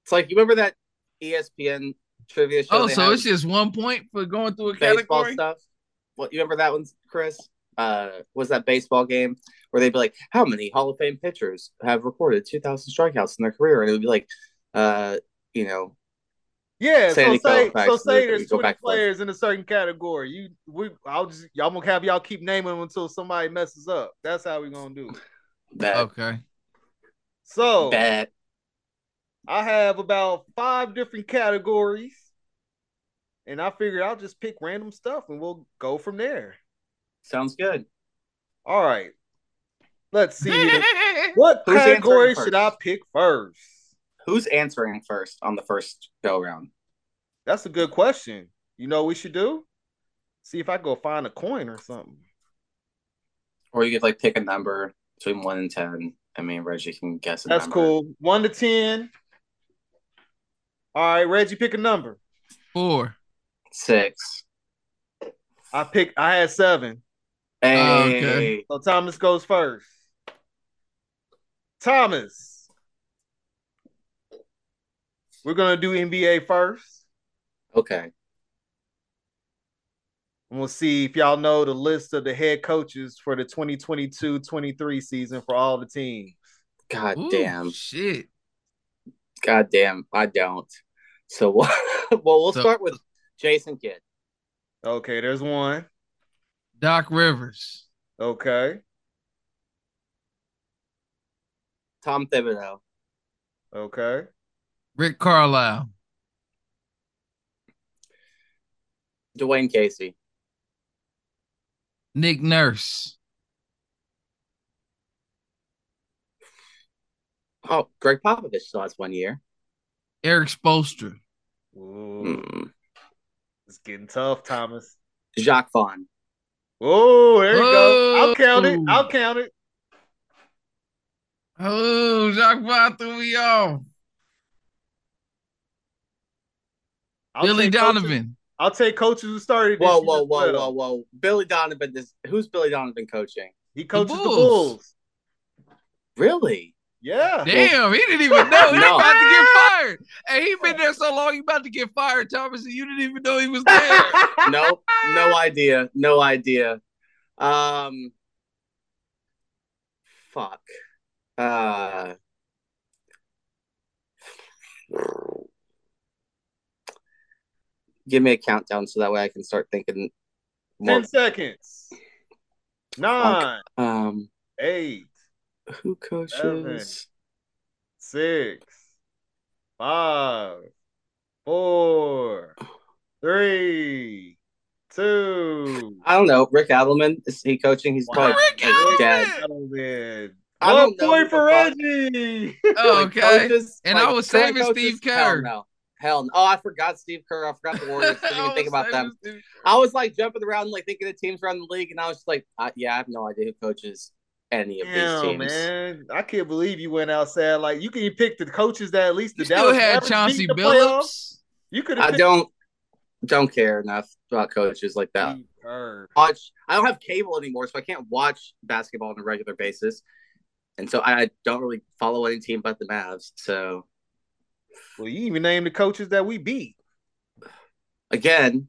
S3: It's like you remember that E ESPN trivia show.
S2: oh,
S3: they
S2: so
S3: had
S2: it's just one point for going through a
S3: baseball
S2: category?
S3: stuff. What you remember that one, Chris? Uh, was that baseball game where they'd be like, "How many Hall of Fame pitchers have recorded 2,000 strikeouts in their career?" And it would be like, "Uh, you know,
S1: Yeah,
S3: Sandy
S1: so say
S3: Koufax,
S1: so
S3: we
S1: say there's
S3: can go
S1: 20
S3: back and forth.
S1: players in a certain category. You we I'll just y'all gonna have y'all keep naming them until somebody messes up. That's how we're gonna do it.
S3: that
S2: Okay.
S1: So
S3: bad."
S1: I have about five different categories, and I figure I'll just pick random stuff and we'll go from there.
S3: Sounds good.
S1: All right. Let's see. here. what
S3: Who's answering
S1: category should I
S3: first?
S1: pick first?
S3: Who's answering first on the first go round?
S1: That's a good question. You know what we should do? See if I can go find a coin or something.
S3: Or you could like pick a number between one and ten. I mean, Reggie can guess. a
S1: That's
S3: number.
S1: cool. One to ten. All right, Reggie, pick a number.
S2: Four.
S3: Six.
S1: I pick. I had seven.
S3: Hey.
S2: Oh, okay.
S1: So Thomas goes first. Thomas, we're gonna do NBA first,
S3: Okay.
S1: and we'll see if y'all know the list of the head coaches for the 2022-23 season for all the teams.
S3: God
S2: Ooh,
S3: damn.
S2: Shit.
S3: God damn. I don't. So we'll, well, we'll
S2: So-
S3: start with Jason Kidd.
S1: Okay, there's one.
S2: Doc Rivers.
S1: Okay,
S3: Tom Thibodeau.
S1: okay.
S2: Rick Carlisle.
S3: Dwayne Casey.
S2: Nick Nurse.
S3: Oh, Greg Popovich still has one year.
S2: Eric Spolstra.
S1: Ooh,
S2: Hmm.
S3: Mm.
S1: It's getting tough, Thomas.
S3: Jacques Vaughn.
S1: Oh, there you go. I'll
S2: Oh.
S1: count it. I'll count it.
S2: Oh, Jacques Vaughn threw me off.
S1: I'll
S2: Billy
S1: take coaches-
S2: Donovan.
S1: I'll take coaches who started. This
S3: Whoa,
S1: year
S3: whoa,
S1: as
S3: whoa,
S1: well.
S3: whoa, whoa. Billy Donovan. Is, who's Billy Donovan coaching?
S1: He coaches the Bulls.
S2: Bulls.
S3: Really?
S1: Yeah.
S2: Damn, he didn't even know. He
S3: No.
S2: about to get fired. And he been there so long, he about to get fired, Thomas, and you didn't even know he was there.
S3: no, no idea. No idea. Um, fuck. Uh, give me a countdown so that way I can start thinking more.
S1: Ten seconds. Nine,
S3: Um,
S1: eight,
S3: who coaches?
S1: six, five, four, three, two.
S3: I don't know. Rick Adelman is he coaching? He's
S1: Wow.
S3: probably
S2: Rick
S3: like, dead.
S2: Adelman!
S1: Gentlemen.
S3: I
S1: One
S3: don't know
S1: point
S3: who
S1: for
S3: the fuck-
S1: Reggie.
S2: Oh,
S3: Like,
S2: okay.
S3: coaches-
S2: And
S3: like,
S2: I was
S3: current
S2: saving
S3: coaches?
S2: Steve
S3: Hell
S2: Kerr.
S3: no. Hell no. Oh, I forgot Steve Kerr. I forgot the Warriors. I didn't even think about them. I was like jumping around, like thinking of teams around the league, and I was just like, I, yeah, I have no idea who coaches any of these
S1: Damn,
S3: teams.
S1: man. I can't believe you went outside. Like, you can pick the coaches that at least the
S2: You still
S1: Dallas
S2: had
S1: Mavericks
S2: Chauncey
S1: beat the playoffs.
S2: Billups.
S1: You could
S3: I
S1: have
S3: don't don't care enough about coaches like that.
S1: picked her.
S3: Watch. I don't have cable anymore, so I can't watch basketball on a regular basis, and so I don't really follow any team but the Mavs. So
S1: Well, you even named the coaches that we beat.
S3: again,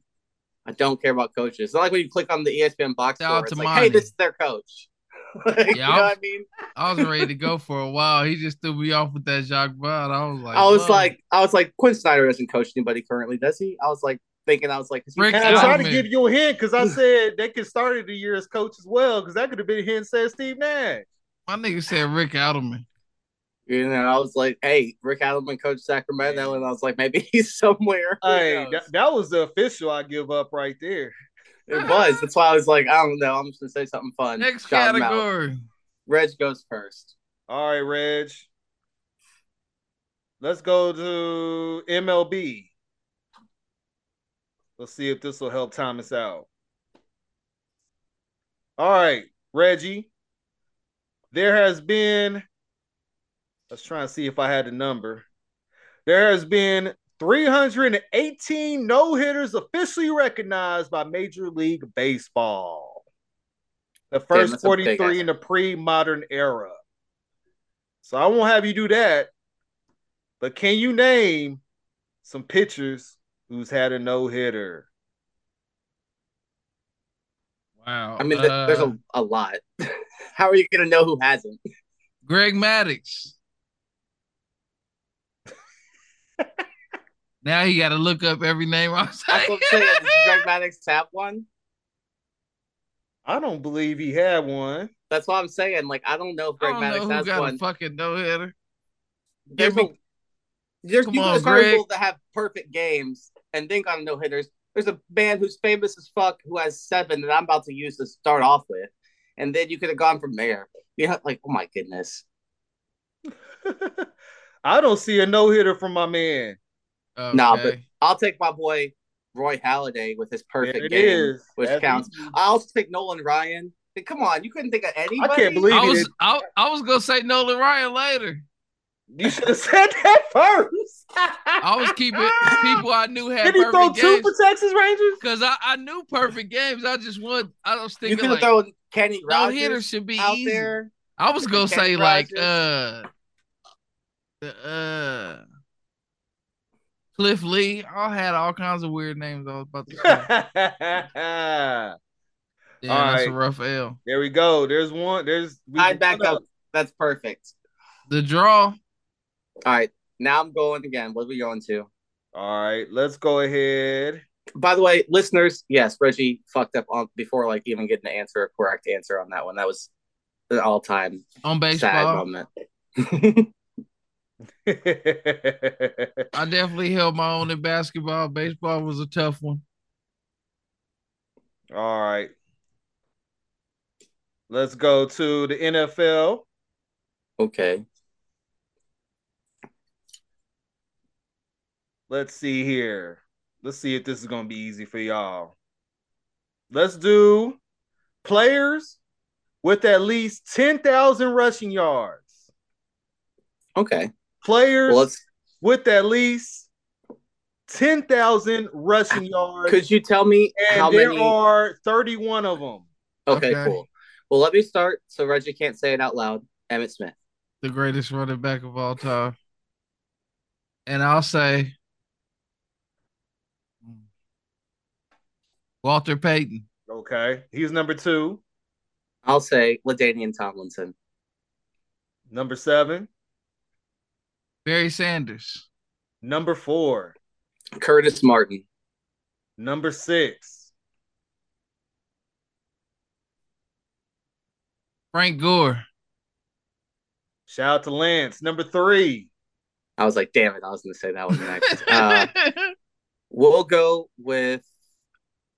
S3: I don't care about coaches. It's not like when you click on the E ESPN box
S2: Shout out
S3: score, it's
S2: to
S3: like, hey,
S2: Monty.
S3: this is their coach. Like, You know
S2: Yeah, I was-
S3: what I mean?
S2: I was ready to go for a while. He just threw me off with that Jacques Vaughn. I was like,
S3: I was
S2: whoa.
S3: like, I was like, Quinn Snyder doesn't coach anybody currently, does he? I was like thinking, I was like, is he
S2: Rick
S1: And I tried to
S2: Adelman.
S1: give you a hint because I said they could start it the year as coach as well because that could have been a hint said Steve Nash.
S2: my nigga said Rick Adelman.
S3: you know, I was like, hey, Rick Adelman coached Sacramento, and I was like, maybe he's somewhere. Who
S1: Hey,
S3: knows?
S1: that, that was the official I give up right there.
S3: it was. That's why I was like, I don't know. I'm just gonna say something fun.
S2: Next
S3: Shout him out.
S2: category.
S3: Reg goes first.
S1: All right, Reg. Let's go to MLB. Let's see if this will help Thomas out. All right, Reggie. There has been, let's try and see if I had the number. There has been 318 no hitters officially recognized by Major League Baseball. The first
S3: that's a big
S1: 43 in the pre modern era. So I won't have you do that. But can you name some pitchers who's had a no hitter?
S2: Wow.
S3: I mean, th- there's
S2: Uh,
S3: a, a lot. How are you gonna know who hasn't?
S2: Greg Maddox. now you got to look up every name. I was like,
S3: That's what I'm saying. Does Greg Maddox have one?
S1: I don't believe he had one.
S3: That's what I'm saying. Like, I don't know if
S2: I
S3: Greg
S2: don't
S3: Maddox
S2: know who
S3: has
S2: got
S3: one.
S2: a fucking no hitter.
S3: There's
S2: Give
S3: a, there's
S2: Come
S3: people
S2: on,
S3: in
S2: Greg.
S3: Cardinals that have perfect games and think on no hitters. There's a man who's famous as fuck who has seven that I'm about to use to start off with, and then you could have gone from there. You know, like oh my goodness,
S1: I don't see a no hitter from my man.
S3: Nah, but-
S2: Okay.
S3: I'll take my boy Roy Halladay with his perfect
S1: There it
S3: game,
S1: is.
S3: which
S1: That's
S3: counts.
S1: easy.
S3: I'll also take Nolan Ryan Come on, you couldn't think of anybody.
S1: I can't believe
S2: I
S1: it.
S2: was I, I was gonna say Nolan Ryan later.
S1: You should have said that first.
S2: I was keeping people I knew had
S1: Did he throw
S2: perfect
S1: two
S2: games
S1: for Texas Rangers?
S2: because I, I knew perfect games. I just want I was
S3: You
S2: thinking
S3: could have
S2: like
S3: thrown Kenny
S2: no hitter
S3: Rogers
S2: should be
S3: out
S2: easy.
S3: there.
S2: I was gonna
S3: Kenny
S2: say like
S3: Rogers.
S2: uh the uh Cliff Lee. I had all kinds of weird names. I was about to say.
S1: there
S2: Yeah,
S1: All
S2: that's a
S1: right.
S2: rough L.
S1: we go. There's one. There's we-
S3: I back up. That's perfect.
S2: The draw.
S3: All right, now I'm going again. What are we going to?
S1: All right, let's go ahead.
S3: By the way, listeners, yes, Reggie fucked up on before like even getting the answer, a correct answer on that one. That was an all time
S2: on
S3: sad
S2: baseball.
S3: moment.
S2: I definitely held my own in basketball. Baseball was a tough one.
S1: All right. Let's go to the NFL.
S3: okay,
S1: Let's see here. Let's see if this is gonna be easy for y'all. Let's do players with at least ten thousand rushing yards.
S3: okay.
S1: Players
S3: Well, let's.
S1: with at least ten thousand rushing yards,
S3: Could you tell me how
S1: and there
S3: many?
S1: are thirty-one of them.
S3: Okay,
S2: Okay.
S3: cool. Well, let me start so Reggie can't say it out loud. Emmett Smith.
S2: The greatest running back of all time. And I'll say Walter Payton.
S1: Okay, he's number two,
S3: I'll say Ladanian Tomlinson.
S1: number seven,
S2: Barry Sanders.
S1: number four,
S3: Curtis Martin.
S1: number six,
S2: Frank Gore.
S1: Shout out to Lance. Number three.
S3: I was like, damn it, I was gonna say that one next. uh, we'll go with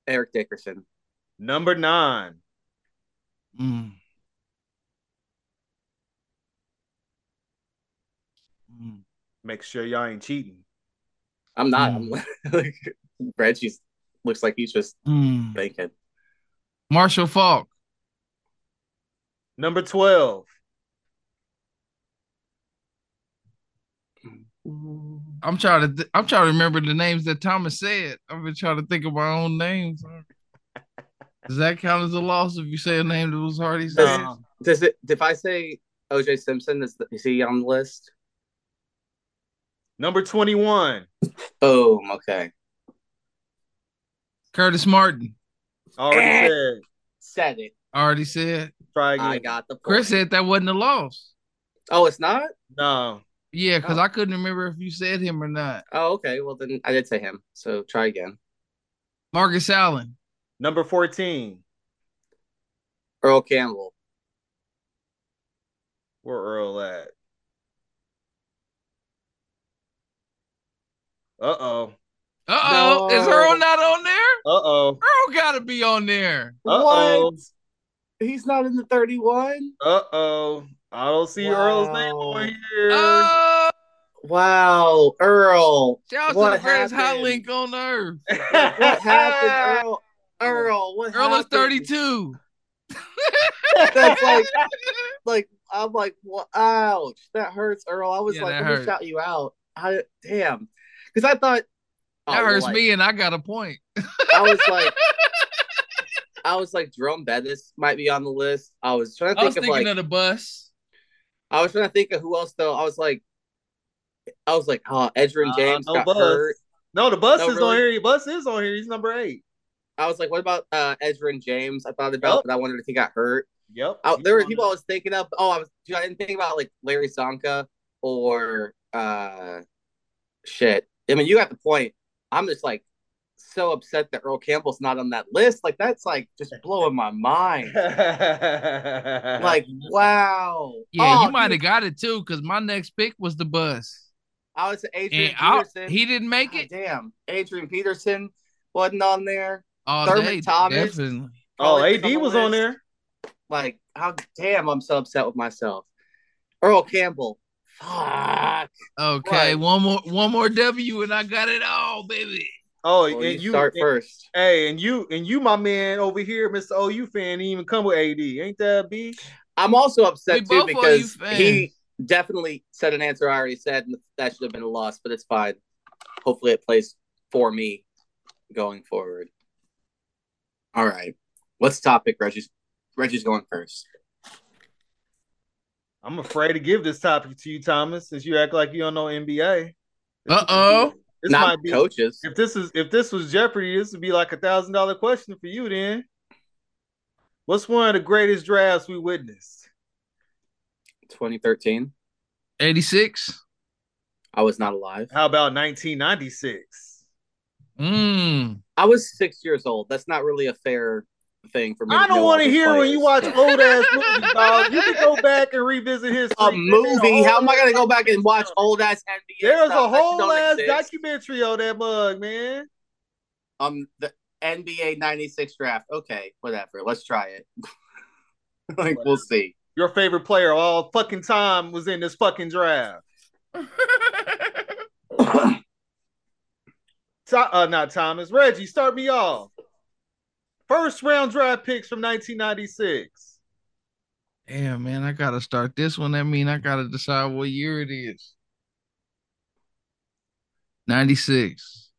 S3: Eric Dickerson.
S1: Number nine.
S2: Mm. Mm.
S1: Make sure y'all ain't cheating.
S3: I'm not. I'm like Reggie looks like he's just
S2: Mm.
S3: thinking.
S2: Marshall Falk.
S1: Number 12.
S2: I'm trying to th- I'm trying to remember the names that Thomas said. I've been trying to think of my own names. Does that count as a loss if you say a name that was already said?
S1: No.
S3: Does it if I say OJ Simpson, is, is he on the list?
S1: Number 21.
S3: Boom, okay.
S2: Curtis Martin
S1: Already said.
S3: Said it.
S2: already said.
S1: Try again.
S3: Eh. I got the point.
S2: Chris said that wasn't a loss.
S3: Oh, it's not?
S1: no.
S2: Yeah, because
S3: Oh.
S2: I couldn't remember if you said him or not.
S3: Oh, okay. Well then I did say him. So try again.
S2: Marcus Allen,
S1: Number 14.
S3: Earl Campbell.
S1: Where Earl at? Uh oh.
S2: Uh oh, is
S3: No.
S2: Earl not on there?
S1: Uh oh.
S2: Earl gotta be on there.
S1: Uh-oh.
S3: He's not in the 31?
S1: Uh oh. I don't see Earl's name
S3: Wow.
S1: on here.
S2: Oh,
S3: Wow, Earl.
S2: shout out to
S3: What
S2: the greatest hot
S3: happened?
S2: link on earth.
S3: What happened, Earl? Earl, what
S2: Earl is
S3: happened?
S2: 32.
S3: That's like, like I'm like, well, ouch, that hurts, Earl. I was
S2: Yeah,
S3: like,
S2: that
S3: let
S2: hurt.
S3: me shout you out. I, damn, because I thought
S2: That
S3: oh,
S2: hurts
S3: like,
S2: me, and I got a point.
S3: I was like, I was like, Jerome Bettis might be on the list. I was trying to
S2: I was
S3: think of
S2: thinking
S3: like,
S2: of the bus.
S3: I was trying to think of who else though. I was like, I was like, oh, Edgerrin
S1: Uh,
S3: James
S1: no
S3: got
S1: bus.
S3: hurt.
S1: no, the bus
S3: No,
S1: is on
S3: really?
S1: here. Your bus is on here. He's number eight.
S3: I was like, what about uh Edgerrin James? I thought about,
S1: Yup.
S3: but I wondered if he got hurt.
S1: Yep.
S3: I,
S1: he's
S3: Oh, there were
S1: on
S3: people I was thinking of. Oh, I was. dude, I didn't think about like Larry Zonka or uh, shit. I mean, you got the point. I'm just like so upset that Earl Campbell's not on that list. Like that's like just blowing my mind.
S1: like
S3: Like wow.
S2: Yeah,
S3: Oh,
S2: you might have
S3: dude,
S2: got it too, because my next pick was the bus.
S3: I was Adrian
S2: And I,
S3: Peterson.
S2: he didn't make
S3: God
S2: it
S3: damn, Adrian Peterson wasn't on there.
S2: all
S3: Thurman
S2: day.
S3: Thomas.
S2: Oh, Definitely.
S1: oh,
S3: Probably
S1: AD
S3: been on the
S1: was on
S3: list.
S1: there.
S3: Like how damn I'm so upset with myself. Earl Campbell. Fuck.
S2: Okay,
S3: Right.
S2: one more one more W and I got it all, baby.
S1: Oh,
S3: Well,
S1: and
S3: you
S1: you,
S3: start
S1: and-
S3: first.
S1: hey, and you, and you, my man over here, Mr. OU fan, he even come with AD. Ain't that a B?
S3: I'm also
S2: We
S3: upset too
S2: both are you
S3: because he definitely said an answer I already said, and that should have been a loss, but it's fine. Hopefully, it plays for me going forward. All right, what's topic, Reggie's? Reggie's going first.
S1: I'm afraid to give this topic to you, Thomas, since you act like you don't know NBA.
S2: Uh oh.
S1: This
S3: Not
S1: might be
S3: coaches.
S1: if this is if this was Jeopardy, this would be like a thousand dollar question for you. Then, what's one of the greatest drafts we witnessed?
S3: 2013.
S2: 86.
S3: I was not alive.
S1: How about 1996?
S2: Mm.
S3: I was six years old. That's not really a fair thing for me.
S1: I don't
S3: want to know
S1: hear
S3: all these
S1: when you watch
S3: players.
S1: old ass movies, dog. You can go back and revisit history.
S3: a
S1: There's
S3: movie.
S1: whole
S3: How am I going to go back and watch
S1: documentary.
S3: old ass NBA?
S1: There's a
S3: stuff that
S1: whole
S3: don't
S1: ass
S3: exist?
S1: documentary on that mug, man.
S3: um the NBA 96 draft. Okay, whatever. Let's try it. like we'll see.
S1: Your favorite player of all fucking time was in this fucking draft. To- uh, not Thomas. Reggie, start me off. First round draft picks from 1996.
S2: Damn, man, I gotta start this one. That mean I gotta decide what year it is. 96.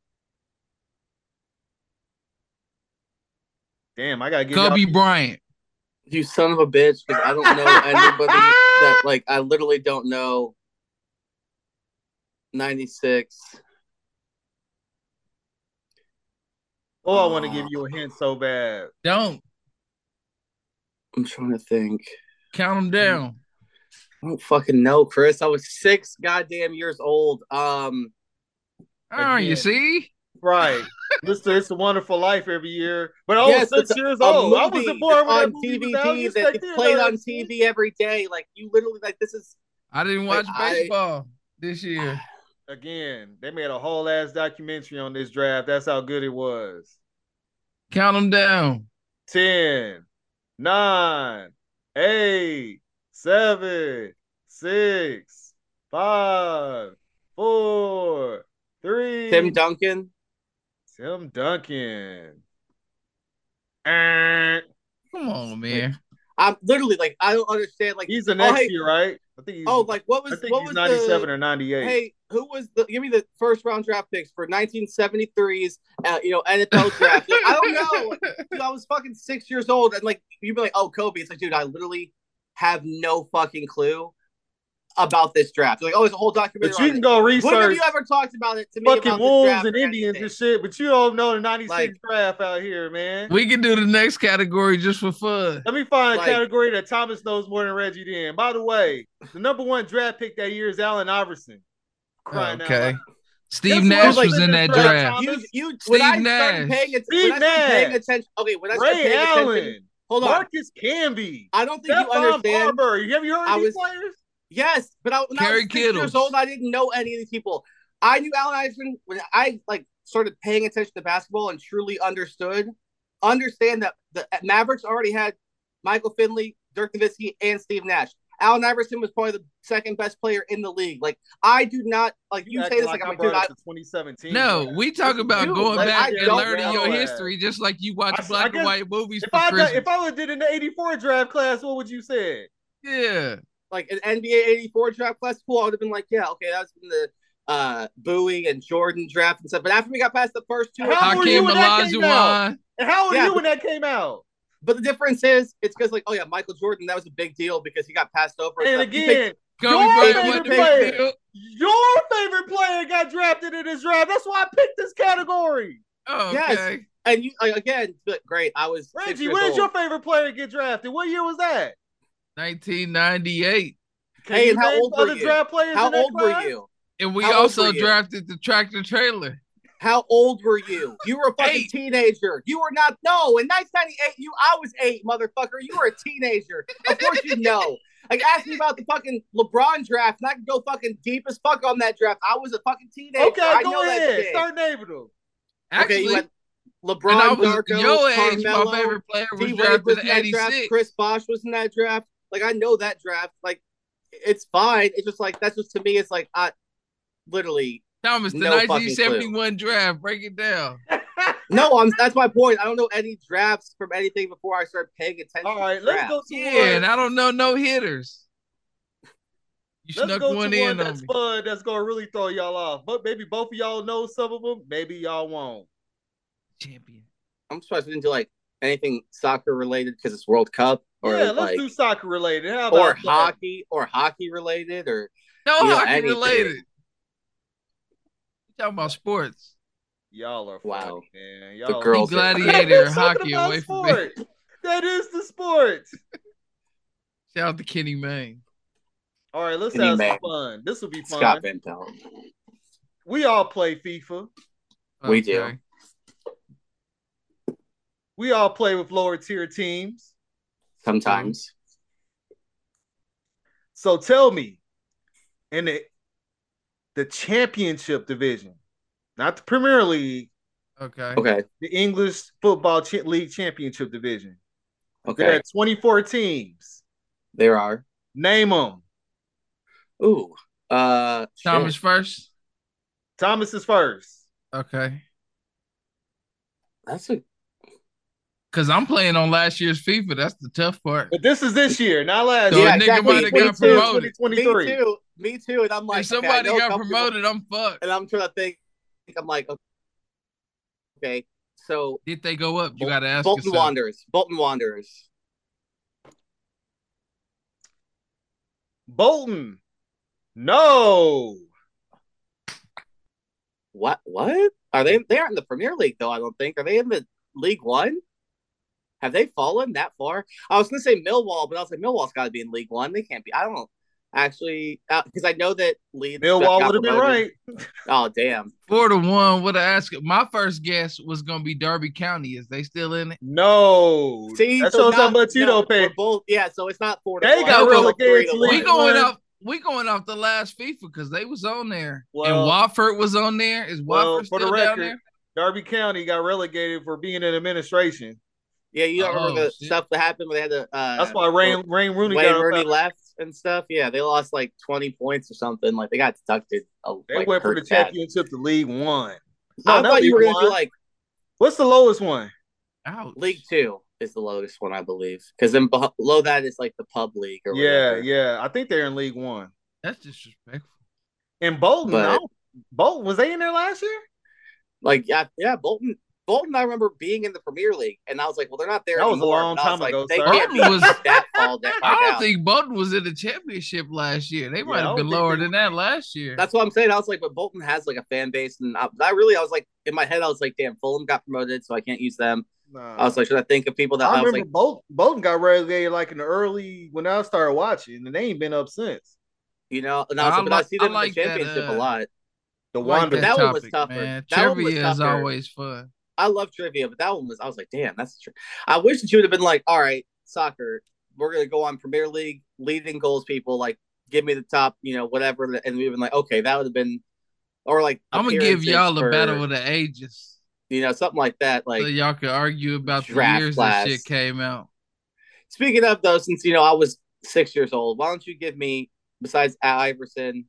S1: Damn, I gotta give
S2: Kobe
S1: y'all-
S2: Bryant.
S3: You son of a bitch, 'cause I don't know anybody that like I literally don't know 96.
S1: Oh, I want to give you a hint so bad.
S2: Don't
S3: I'm trying to think.
S2: count them down.
S3: I don't fucking know, Chris. I was six goddamn years old. Um
S2: Oh, you
S1: Again.
S2: see?
S1: Right. Mr. It's a Wonderful Life every year. But I
S3: Yes,
S1: was six years
S3: a
S1: old. Oh, I
S3: movie
S1: wasn't born when
S3: that's
S1: that
S3: on
S1: movie was out. You
S3: DVD
S1: expect
S3: that
S1: me to
S3: gets
S1: know
S3: played
S1: that
S3: on
S1: shit?
S3: TV every day. Like you literally like this is
S2: I didn't watch
S3: Like, I-
S2: baseball this year.
S1: Again, they made a whole ass documentary on this draft. That's how good it was.
S2: Count them down.
S1: 10, 9, 8, 7, 6, 5, 4, 3.
S3: Tim Duncan.
S1: Tim Duncan. Eh,
S2: Come on, man.
S3: I'm literally like I don't understand like
S1: He's the
S3: Oh,
S1: next
S3: hey.
S1: year, right? I think he's,
S3: Oh, like what was
S1: I think
S3: what
S1: he's
S3: was
S1: 97
S3: the,
S1: or 98.
S3: Hey, who was the? Give me the first round draft picks for 1973's, uh, you know, NFL draft. Like, I don't know. Like, dude, I was fucking six years old, and like you'd be like, "Oh, Kobe." It's like, dude, I literally have no fucking clue about this draft. Like, oh, there's a whole documentary.
S1: but you
S3: on
S1: can
S3: it.
S1: go
S3: when have
S1: research
S3: you ever talked about it to me?
S1: fucking
S3: about this
S1: wolves
S3: draft
S1: and
S3: or
S1: Indians and
S3: anything?
S1: shit, but you don't know the 96
S3: Like-
S1: draft out here, man.
S2: We can do the next category just for fun.
S1: Let me find a
S3: Like-
S1: category that Thomas knows more than Reggie did. By the way, the number one draft pick that year is Allen Iverson. Crying out
S2: Okay.
S1: loud.
S2: Steve
S1: That's what I
S2: Nash
S1: was like,
S2: was in that
S1: this
S2: draft.
S1: round,
S3: You,
S1: Thomas.
S3: you,
S2: Steve
S3: when I started
S2: Nash.
S3: paying, att-
S1: Steve
S3: when I started paying
S1: Nash.
S3: attention, okay, when I started
S1: Ray
S3: paying attention,
S1: Allen,
S3: hold on,
S1: Marcus Canby,
S3: I don't think you
S1: Stephon
S3: understand.
S1: Marbury. Have you heard of
S3: I
S1: these
S3: was-
S1: players?
S3: Yes, but I, when I
S2: Kerry
S3: was six
S2: Kittles.
S3: years old, I didn't know any of these people. I knew Allen Iverson when I like started paying attention to basketball and truly understood. Understand that the uh, Mavericks already had Michael Finley, Dirk Nowitzki, and Steve Nash. Allen Iverson was probably the second best player in the league. Like I do not like you, say
S1: acting
S3: this like,
S1: I
S3: I'm a
S1: brought
S3: dude.
S1: up
S3: I,
S1: to 2017.
S2: No,
S1: bro.
S2: we talk
S1: This is
S2: about
S1: new.
S2: going
S1: Like,
S2: back
S1: I
S2: and
S1: don't
S2: learning your
S1: know.
S2: history, just like you watch
S1: I s- I
S2: black and
S1: guess-
S2: white movies
S1: If
S2: for
S1: I done,
S2: Christmas.
S1: if I would did in the 84 draft class, what would you say?
S2: yeah.
S3: like an NBA '84 draft class. Cool, I would have been like, yeah, okay, that's been the uh Bowie and Jordan draft and stuff. But after we got past the first two,
S1: How old were
S2: Hakeem
S1: you when that came out?
S2: Olajuwon.
S1: And how old were
S3: Yeah,
S1: you
S3: but-
S1: when that came out?
S3: But the difference is, it's because like, oh yeah, Michael Jordan, that was a big deal because he got passed over.
S1: And
S3: stuff. You
S1: again,
S3: think-
S2: Kobe
S1: Your
S2: Bryant
S3: favorite
S2: wasn't a
S1: player.
S2: big deal.
S1: Your favorite player got drafted in this draft. That's why I picked this category.
S2: Oh,
S3: Yes.
S2: okay.
S3: and you like, again, but great. I was six
S1: Reggie,
S3: years
S1: when did
S3: old.
S1: your favorite player get drafted? What year was that?
S2: 1998.
S1: Can
S3: Hey,
S1: you
S3: and how
S1: name
S3: old were
S1: other
S3: you?
S1: draft players?
S3: How
S1: in that
S3: old were
S1: class?
S3: you?
S2: And we
S3: How old
S2: also
S3: were you?
S2: drafted the tractor trailer.
S3: How old were you? You were a fucking
S2: Eight.
S3: teenager. You were not. No, in 1998, you I was eight, motherfucker. You were a teenager. Of course you know. Like ask me about the fucking LeBron draft, and I can go fucking deep as fuck on that draft. I was a fucking teenager.
S1: Okay,
S3: I know
S1: go
S3: that
S1: ahead.
S3: shit.
S1: Start naming them.
S3: okay,
S2: Actually,
S3: you had LeBron,
S2: when I was
S3: Darko,
S2: your age,
S3: Carmelo,
S2: my favorite player was
S3: D Wade was
S2: drafted
S3: in
S2: in
S3: that draft.
S2: 86.
S3: Chris Bosh was in that draft. Like I know that draft. Like it's fine. It's just like that's just to me. It's like I literally
S2: Thomas, the
S3: No fucking
S2: 1971 draft. Break it down.
S3: No, I'm, that's my point. I don't know any drafts from anything before I start paying attention.
S1: All
S3: to
S1: right, let's
S3: drafts.
S1: go to
S2: Yeah,
S1: one.
S2: and I don't know no hitters. You
S1: Let's
S2: snuck
S1: go
S2: one
S1: to one
S2: in on
S1: that's
S2: me.
S1: fun. That's gonna really throw y'all off. But maybe both of y'all know some of them. Maybe y'all won't.
S2: Champion.
S3: I'm surprised we didn't do like anything soccer related because it's World Cup or
S1: yeah, let's
S3: like
S1: do soccer related. How about
S3: or
S1: that?
S3: hockey or hockey related or
S2: No
S3: You know,
S2: hockey
S3: anything.
S2: related. Talking about sports.
S1: Y'all are
S3: Wow.
S1: funny, man. Y'all
S3: the
S1: are-
S3: girls. are-
S1: That
S2: Gladiator
S1: is
S2: and
S1: something
S2: hockey
S1: about
S2: away from me.
S1: sport. That is the sport.
S2: Shout out to Kenny Mayne.
S1: All right, let's
S3: Any
S1: have some
S3: man.
S1: fun. This will be fun.
S3: Scott Van Pelt.
S1: We all play FIFA.
S3: We do.
S1: We all play with lower tier teams.
S3: Sometimes
S1: So tell me, in the the championship division, not the Premier League,
S2: Okay.
S3: okay,
S1: the English Football Ch- League Championship division. There
S3: okay,
S1: are 24 teams.
S3: there are.
S1: Name them.
S3: Ooh, uh,
S2: Thomas
S3: shit.
S2: first.
S1: Thomas is first.
S2: Okay.
S3: That's a
S2: Cause I'm playing on last year's FIFA. That's the tough part.
S1: But this is this year, not last
S2: So
S1: year.
S2: a nigga might've
S3: Me
S2: got
S3: too.
S2: promoted.
S3: Me
S1: 2023.
S3: too. Me too. And I'm like,
S2: if
S3: okay, I
S2: somebody
S3: know a
S2: got
S3: couple people-
S2: promoted, I'm fucked.
S3: and I'm trying to think. I'm like, okay, so
S2: Did they go up? You gotta ask
S3: Bolton
S2: yourself.
S3: Wanderers, Bolton Wanderers.
S1: Bolton. No.
S3: What? What are they? They aren't in the Premier League though. I don't think. Are they in the League One? Have they fallen that far? I was gonna say Millwall, but I was like, Millwall's got to be in League One. They can't be. I don't actually because I know that Leeds
S1: Millwall
S3: got
S1: would have been
S3: promoted.
S1: right.
S3: Oh damn!
S2: Four to one. What I ask? My first guess was gonna be Derby County. Is they still in it?
S1: No.
S3: See,
S1: that
S3: so
S1: shows how
S3: not-
S1: much you
S3: no,
S1: don't pay.
S3: we're Both, yeah, so it's not four. To
S1: They
S3: one.
S1: got
S3: It's still
S1: relegated
S3: three
S1: to
S3: one.
S2: We
S1: League
S2: going
S1: One.
S2: off. We going off the last FIFA because they was on there,
S1: Well-
S2: and Wofford was on there. Is Wofford
S1: Well, for
S2: still
S1: the
S2: down
S1: record,
S2: there?
S1: Derby County got relegated for being in administration.
S3: Yeah, you don't remember
S2: Oh,
S3: the
S2: shit.
S3: stuff that happened when they had to. Uh,
S1: That's why Rain, Rain Rooney
S3: Wayne
S1: got
S3: Rooney
S1: about-
S3: left and stuff. Yeah, they lost like twenty points or something. Like they got deducted. A,
S1: They
S3: like,
S1: went from
S3: hurt
S1: the
S3: bad.
S1: championship to League One. No,
S3: I
S1: not
S3: thought you were
S1: League
S3: gonna do
S1: One.
S3: like
S1: What's the lowest one?
S2: Ouch.
S3: League Two is the lowest one, I believe, because then beh- below that is like the pub league or
S1: Yeah,
S3: whatever.
S1: yeah. I think they're in League One.
S2: That's disrespectful.
S1: And Bolton,
S3: But-
S1: I don't- Bolton was they in there last year?
S3: Like yeah, yeah, Bolton. Bolton, I remember being in the Premier League, and I was like, "Well, they're not there."
S1: That was a
S3: anymore.
S1: long
S3: And I
S1: time ago,
S3: They
S1: sir.
S3: can't
S2: Bolton
S3: be
S2: was-
S3: that fall down.
S2: I don't
S3: down.
S2: think Bolton was in the championship last year. They might
S1: I
S2: have
S1: don't
S2: been
S1: think
S2: lower
S1: they-
S2: than that last year.
S3: That's what I'm saying. I was like, but Bolton has like a fan base, and I, I really, I was like, in my head, I was like, damn, Fulham got promoted, so I can't use them. I was like, should I think of people that
S1: I
S3: I, was
S1: remember
S3: like,
S1: Bolton, Bolton got relegated like in the early when I started watching, and they ain't been up since.
S3: you know? And I was
S2: I
S3: like, but I
S2: li-
S3: see
S2: I
S3: them
S2: like
S3: in the
S2: that,
S3: championship
S2: uh,
S3: a lot.
S1: The
S2: I like
S1: Wanderers.
S2: that,
S3: That one was
S2: topic,
S3: tougher.
S2: man.
S3: That one was
S2: Trivia is
S3: tougher.
S2: always fun.
S3: I love trivia, but that one was, I was like, damn, that's true. I wish that you would have been like, all right, soccer, we're gonna go on Premier League leading goals, people, like, give me the top, you know, whatever, and we've been like, okay, that would have been, or like,
S2: I'm gonna give
S3: appearances
S2: y'all a
S3: for,
S2: battle of the ages,
S3: you know, something like that, like.
S2: so y'all can argue about the
S3: draft
S2: years
S3: class.
S2: that shit came out.
S3: Speaking of though, since you know I was six years old, why don't you give me besides Al Iverson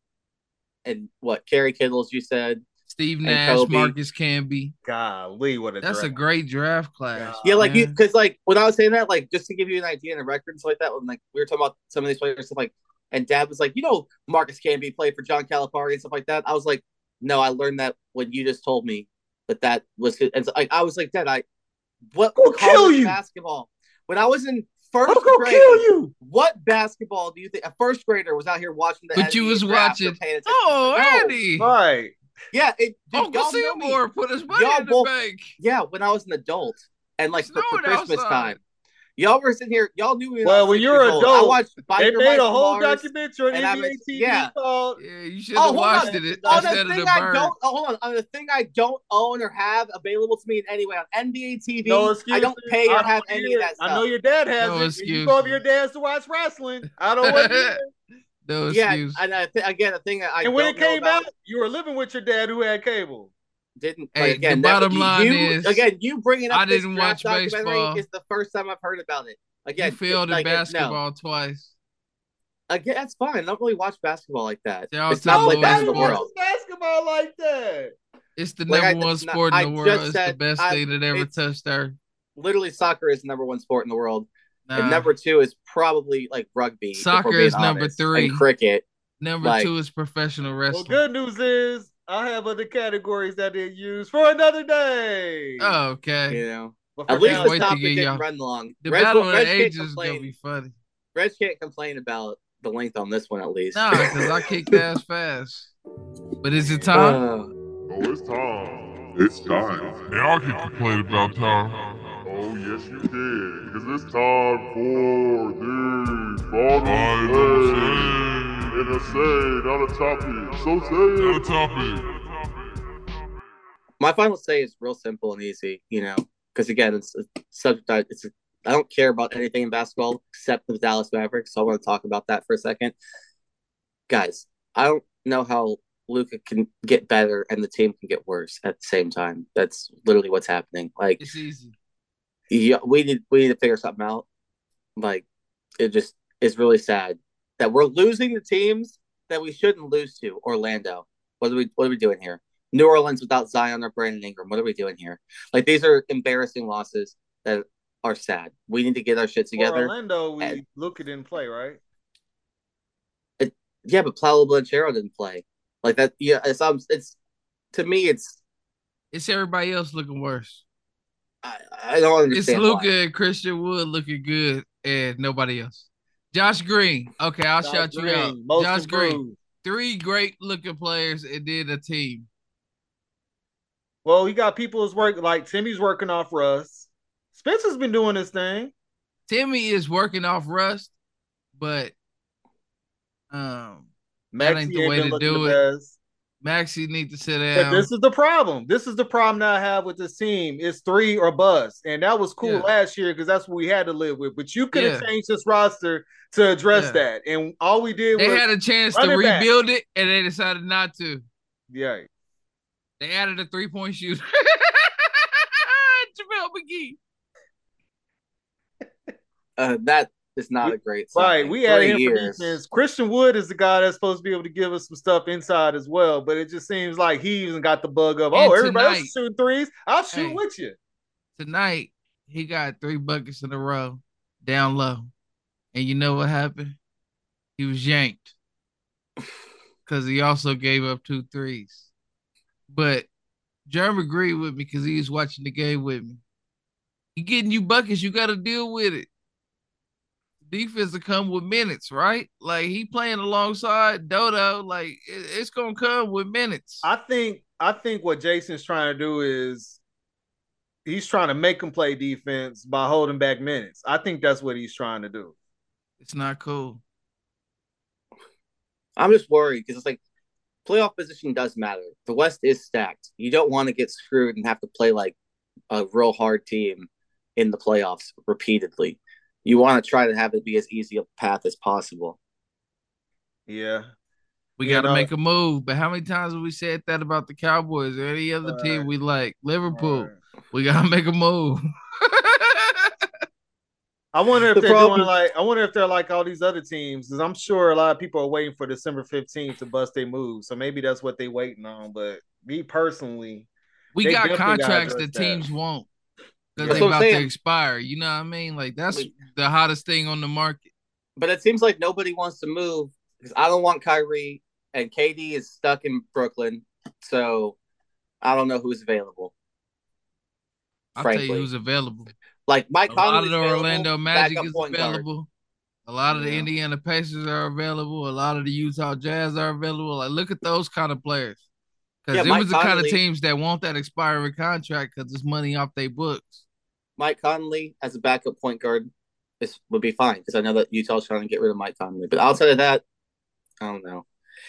S3: and what Kerry Kittles you said?
S2: Steve
S3: And
S2: Nash,
S3: Kobe.
S2: Marcus Canby.
S1: Golly, what a
S2: That's a
S1: draft.
S2: great draft class.
S1: Yeah.
S3: Yeah, like you
S2: man.
S3: because like when I was saying that, like just to give you an idea and a record and stuff like that, when like we were talking about some of these players, stuff like and Dad was like, you know, Marcus Canby played for John Calipari and stuff like that. I was like, no, I learned that when you just told me that that was his, and so, like I was like, Dad, I what
S1: Who'll kill
S3: college
S1: you?
S3: basketball when I was in
S1: I'm
S3: first
S1: gonna
S3: grade.
S1: kill you.
S3: What basketball do you think a first grader was out here watching the
S2: But you
S3: NBA
S2: was
S3: draft or
S2: watching-
S3: paying attention?
S2: Oh,
S3: No.
S2: Andy.
S1: Right.
S3: Yeah, it, dude,
S2: Uncle
S3: y'all know me.
S2: Seymour put his money
S3: Y'all
S2: in the
S3: both-
S2: bank.
S3: Yeah, when I was an adult and like for, for
S2: Snowing
S3: Christmas
S2: outside.
S3: time, y'all were sitting here. Y'all knew me.
S1: Well,
S3: I was
S1: when
S3: six
S1: you're
S3: years old.
S1: adult,
S3: I watched
S1: They
S3: Binder
S1: made a
S3: Michael
S1: whole
S3: Mars.
S1: documentary on
S3: and I'm
S1: NBA
S3: ex-
S1: TV
S3: yeah.
S1: called
S2: Yeah, you should
S3: Oh,
S2: have
S3: hold
S2: watched
S3: on.
S2: it instead
S3: On
S2: of
S3: a thing
S2: the
S3: I
S2: bird.
S3: don't oh, hold on on a thing I don't own or have available to me in any way on NBA TV.
S1: No
S3: I
S1: excuses.
S3: don't pay or
S1: I
S3: have
S1: don't
S3: any
S1: hear
S3: of
S1: it.
S3: that stuff.
S1: I know your dad has
S2: No
S1: it. and You go over
S2: excuses.
S1: your dad's to watch wrestling. I don't want to hear it.
S2: No
S3: yeah,
S2: excuse.
S3: and I th- again, a thing I I
S1: And when
S3: don't
S1: it
S3: know
S1: came
S3: about-
S1: out, you were living with your dad who had cable.
S3: didn't.
S2: Hey,
S3: like, again,
S2: the
S3: that-
S2: bottom
S3: you-
S2: line
S3: you,
S2: is,
S3: again, you bringing up
S2: I
S3: this
S2: didn't
S3: draft
S2: watch
S3: documentary
S2: baseball.
S3: is the first time I've heard about it. Again,
S2: you failed
S3: like,
S2: in
S3: it- no.
S2: basketball twice.
S3: Again, that's fine. I don't really watch basketball like that.
S2: Shout out
S3: it's
S2: to
S3: not
S2: the
S3: like Oh, that
S2: boys
S3: in the
S2: watch
S3: world.
S1: basketball like that.
S2: It's the
S3: Like I-
S2: number one
S3: it's not-
S2: sport
S3: I
S2: in the world.
S3: just
S2: It's the
S3: said
S2: best
S3: I-
S2: thing that ever
S3: it's-
S2: touched earth.
S3: Literally, soccer is the number one sport in the world,
S2: Nah.
S3: and number two is probably like rugby. if we're
S2: Ah. Soccer
S3: being
S2: is number
S3: honest,
S2: three.
S3: and cricket.
S2: Number
S3: like-
S2: two is professional
S1: Well,
S2: wrestling.
S1: good news is I have other categories that they use for another day.
S2: Oh, okay.
S3: You know,
S1: But for
S3: at least
S1: now,
S2: wait
S3: the
S2: to
S3: topic
S2: get
S3: didn't
S2: y'all-
S3: run long.
S2: The
S3: Reg,
S2: battle
S3: won't-
S2: of
S3: Reg
S2: the
S3: can't
S2: ages is gonna
S3: complain.
S2: be funny.
S3: Reg can't complain about the length on this one at least.
S2: Nah, because I kicked ass fast. But is it time?
S3: Oh,
S4: Oh, it's time. It's time. And I can complain about time. Oh, yes, you can. Because it's time for the bottom say. And a say, not a topic. So say it. Not a topic.
S3: my final say is real simple and easy. You know, because again, it's a subject. I, it's a, I don't care about anything in basketball except the Dallas Mavericks. So I want to talk about that for a second, guys. I don't know how Luca can get better and the team can get worse at the same time. That's literally what's happening. Like
S2: It's easy.
S3: yeah, we need we need to figure something out. Like it just is really sad that we're losing the teams that we shouldn't lose to. Orlando, what are we what are we doing here? New Orleans without Zion or Brandon Ingram, what are we doing here? Like these are embarrassing losses that are sad. We need to get our shit
S1: for
S3: together.
S1: Orlando, we
S3: And-
S1: look it and play, right?
S3: Yeah, but Paolo Blanchero didn't play. Like that. Yeah, it's um, it's to me, it's
S2: It's everybody else looking worse.
S3: I, I don't
S2: It's
S3: understand. why.
S2: Luca and Christian Wood looking good and nobody else. Josh Green. Okay, I'll
S1: Josh
S2: shout you out.
S1: Green, most
S2: Josh Green.
S1: improved.
S2: Three great looking players and then a team.
S1: Well, you got people who's work like Timmy's working off Russ. Spencer's been doing his thing.
S2: Timmy is working off rust, but um That
S1: Maxie
S2: ain't
S1: ain't
S2: the way
S1: been
S2: to
S1: looking
S2: do
S1: the best.
S2: Maxie need to sit
S1: But
S2: down.
S1: this is the problem. This is the problem that I have with this team. It's three or bust. And that was cool
S2: Yeah.
S1: last year because that's what we had to live with. But you could have
S2: Yeah.
S1: changed this roster to address
S2: Yeah.
S1: that. And all we did
S2: they
S1: was
S2: had a chance to
S1: running back.
S2: rebuild it and they decided not to.
S1: yeah.
S2: They added a three point shooter. Jamel McGee.
S3: Uh, that is not a great. sign.
S1: Right. We had
S3: Three
S1: him for
S3: years.
S1: defense. Christian Wood is the guy that's supposed to be able to give us some stuff inside as well. But it just seems like he even got the bug of,
S2: And
S1: oh, everybody else is
S2: tonight-
S1: shooting threes. I'll shoot
S2: Hey.
S1: with you.
S2: Tonight, he got three buckets in a row down low. And you know what happened? He was yanked because he also gave up two threes. But Jerm agreed with me because he was watching the game with me. You getting you buckets, you got to deal with it. Defense will come with minutes, right? Like he playing alongside Dodo, like it- it's gonna come with minutes.
S1: I think I think what Jason's trying to do is he's trying to make him play defense by holding back minutes. I think that's what he's trying to do.
S2: It's not cool.
S3: I'm just worried because it's like playoff position does matter. The West is stacked. You don't want to get screwed and have to play like a real hard team in the playoffs repeatedly. You want to try to have it be as easy a path as possible.
S1: Yeah.
S2: We
S1: You
S2: got to
S1: know-
S2: make a move. But how many times have we said that about the Cowboys or any other team
S1: Right.
S2: we like? Liverpool. We got to make a move.
S1: I wonder if
S3: The
S1: they're
S3: problem-
S1: doing like I wonder if they're like all these other teams because I'm sure a lot of people are waiting for December 15th to bust their move. So maybe that's what they waiting on. But me personally,
S2: we
S1: They
S2: got
S1: definitely gotta
S2: contracts that
S1: address that.
S2: teams won't because
S3: That's
S2: they
S3: what I'm
S2: about to
S3: saying.
S2: expire. You know what I mean? Like that's
S3: Like-
S2: the hottest thing on the market.
S3: But it seems like nobody wants to move because I don't want Kyrie and KD is stuck in Brooklyn. So I don't know who's available.
S2: I'll tell
S3: Frankly.
S2: you who's available.
S3: Like Mike
S2: A lot
S3: Conley's
S2: of the
S3: available,
S2: Orlando Magic
S3: backup
S2: is
S3: point guard.
S2: available. A lot of the
S3: Yeah.
S2: Indiana Pacers are available. A lot of the Utah Jazz are available. Like look at those kind of players. Because
S3: Yeah,
S2: it
S3: Mike
S2: was the kind of
S3: Conley-
S2: teams that want that expiring contract because it's money off their books.
S3: Mike Conley as a backup point guard is would be fine because I know that Utah's trying to get rid of Mike Conley. But outside of that, I don't know.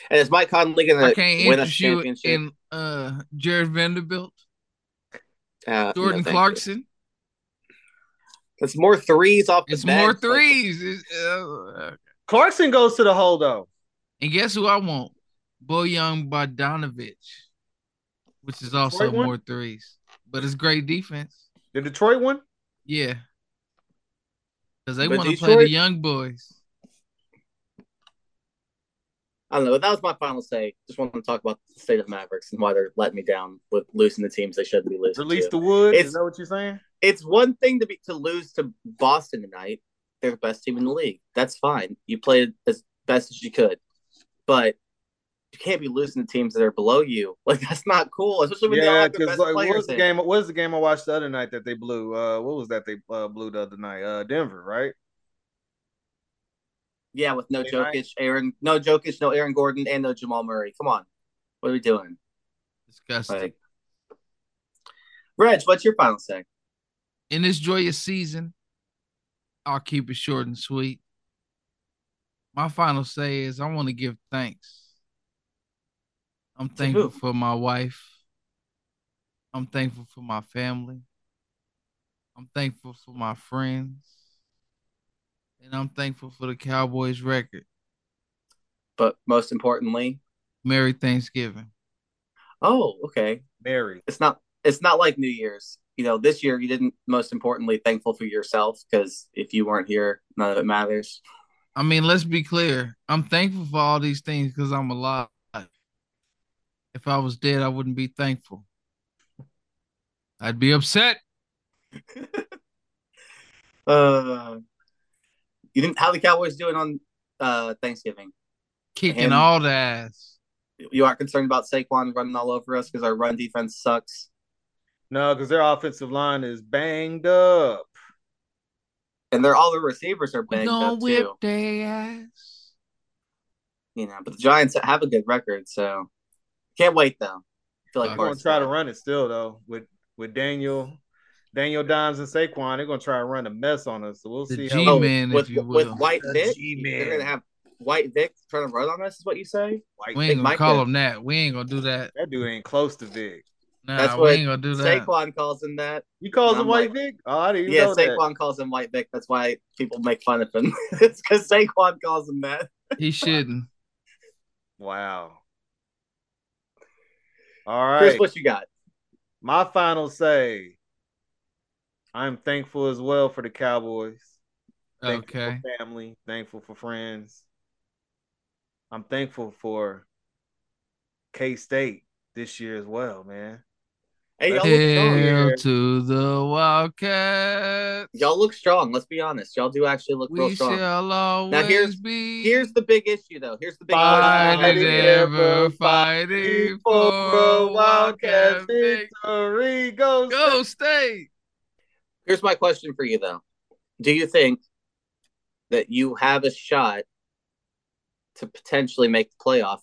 S3: And is Mike Conley
S2: I
S3: going to
S2: can't
S3: win a
S2: interest you
S3: championship?
S2: in uh, Jared Vanderbilt,
S3: Uh, no,
S2: Jordan
S3: thank you.
S2: Clarkson.
S3: It's more threes off the
S2: It's
S3: bench.
S2: more
S3: Like,
S2: threes. It's, uh,
S1: Clarkson goes to the holdout.
S2: And guess who I want? Bojan Bogdanovic, which is also
S1: Detroit one?
S2: more threes, but it's great defense.
S1: The Detroit one?
S2: Yeah, because they
S3: But
S2: want to play the
S3: Detroit-
S2: young boys.
S3: I don't know. That was my final say. Just wanted to talk about the state of the Mavericks and why they're letting me down with losing the teams they shouldn't be losing.
S1: Release
S3: to.
S1: the wood.
S3: It's-
S1: Is that what you're saying?
S3: it's one thing to be to lose to Boston tonight. They're the best team in the league. That's fine. You played as best as you could, but you can't be losing to teams that are below you. Like that's not cool, especially when they all
S1: Yeah,
S3: have their
S1: because
S3: best
S1: like, what was
S3: players.
S1: the
S3: in.
S1: game? What was the game I watched the other night that they blew? Uh, what was that they uh, blew the other night? Uh, Denver, right?
S3: Yeah, with no
S1: They might-
S3: Jokic, Aaron, no Jokic, no Aaron Gordon, and no Jamal Murray. Come on, what are we doing?
S2: Disgusting.
S3: Like, Reg, what's your final say?
S2: in this joyous season, I'll keep it short and sweet. My final say is I want to give thanks. I'm thankful
S3: who?
S2: for my wife. I'm thankful for my family. I'm thankful for my friends. And I'm thankful for the Cowboys record.
S3: But most importantly,
S2: Merry Thanksgiving.
S3: oh, okay,
S1: Mary.
S3: it's not it's not like New Year's. You know, this year you didn't. Most importantly, thankful for yourself because if you weren't here, none of it matters.
S2: I mean, let's be clear. I'm thankful for all these things because I'm alive. If I was dead, I wouldn't be thankful. I'd be upset.
S3: Uh, you didn't. How the Cowboys doing on uh Thanksgiving?
S2: kicking
S3: And-
S2: all the ass.
S3: You aren't concerned about Saquon running all over us because our run defense sucks,
S1: No, because their offensive line is banged up.
S3: and they're all the receivers are banged
S2: Don't
S3: up
S2: whip
S3: too.
S2: their ass.
S3: You know, but the Giants have a good record, so can't wait though. I feel like
S1: They're
S2: I'm
S1: gonna
S3: Bart's
S1: try to
S3: back.
S1: run it still though with with Daniel, Daniel Dimes and Saquon. They're gonna try to run a mess on us. So we'll
S2: The
S1: see
S2: G
S1: how
S2: man,
S3: Oh, with
S2: if you
S3: with
S2: will.
S3: White
S1: The
S3: Vic.
S1: G-man.
S3: They're gonna have White Vic trying to run on us. Is what you say?
S1: like,
S2: we ain't gonna
S3: Mike
S2: call
S3: did.
S2: him that. We ain't gonna do that.
S1: that dude ain't close to Vic.
S2: Nah,
S3: That's
S2: we
S3: what
S2: ain't gonna do that.
S3: Saquon calls him that.
S1: You calls
S3: I'm
S1: him White
S3: like-
S1: Vic? Oh, I didn't even
S3: Yeah,
S1: know that.
S3: Saquon calls him White Vic. That's why people make fun of him. it's because Saquon calls him that.
S2: He shouldn't.
S1: Wow. All right.
S3: Chris, what you got?
S1: My final say. I'm thankful as well for the Cowboys. Thankful
S2: Okay.
S1: for family. Thankful for friends. I'm thankful for K State this year as well, man.
S3: Hey, y'all look strong.
S2: Hail
S1: here.
S2: to the Wildcat.
S3: Y'all look strong. Let's be honest. Y'all do actually look real
S2: We
S3: strong.
S2: shall always
S3: here's-
S2: be
S3: Here's the big issue, though. Here's the big
S1: Fight
S2: fighting
S1: Fighting
S3: issue.
S2: ever
S1: ever,
S2: fighting for a Wildcat. victory.
S1: victory goes.
S2: Go state.
S3: Here's my question for you, though. Do you think that you have a shot to potentially make the playoff?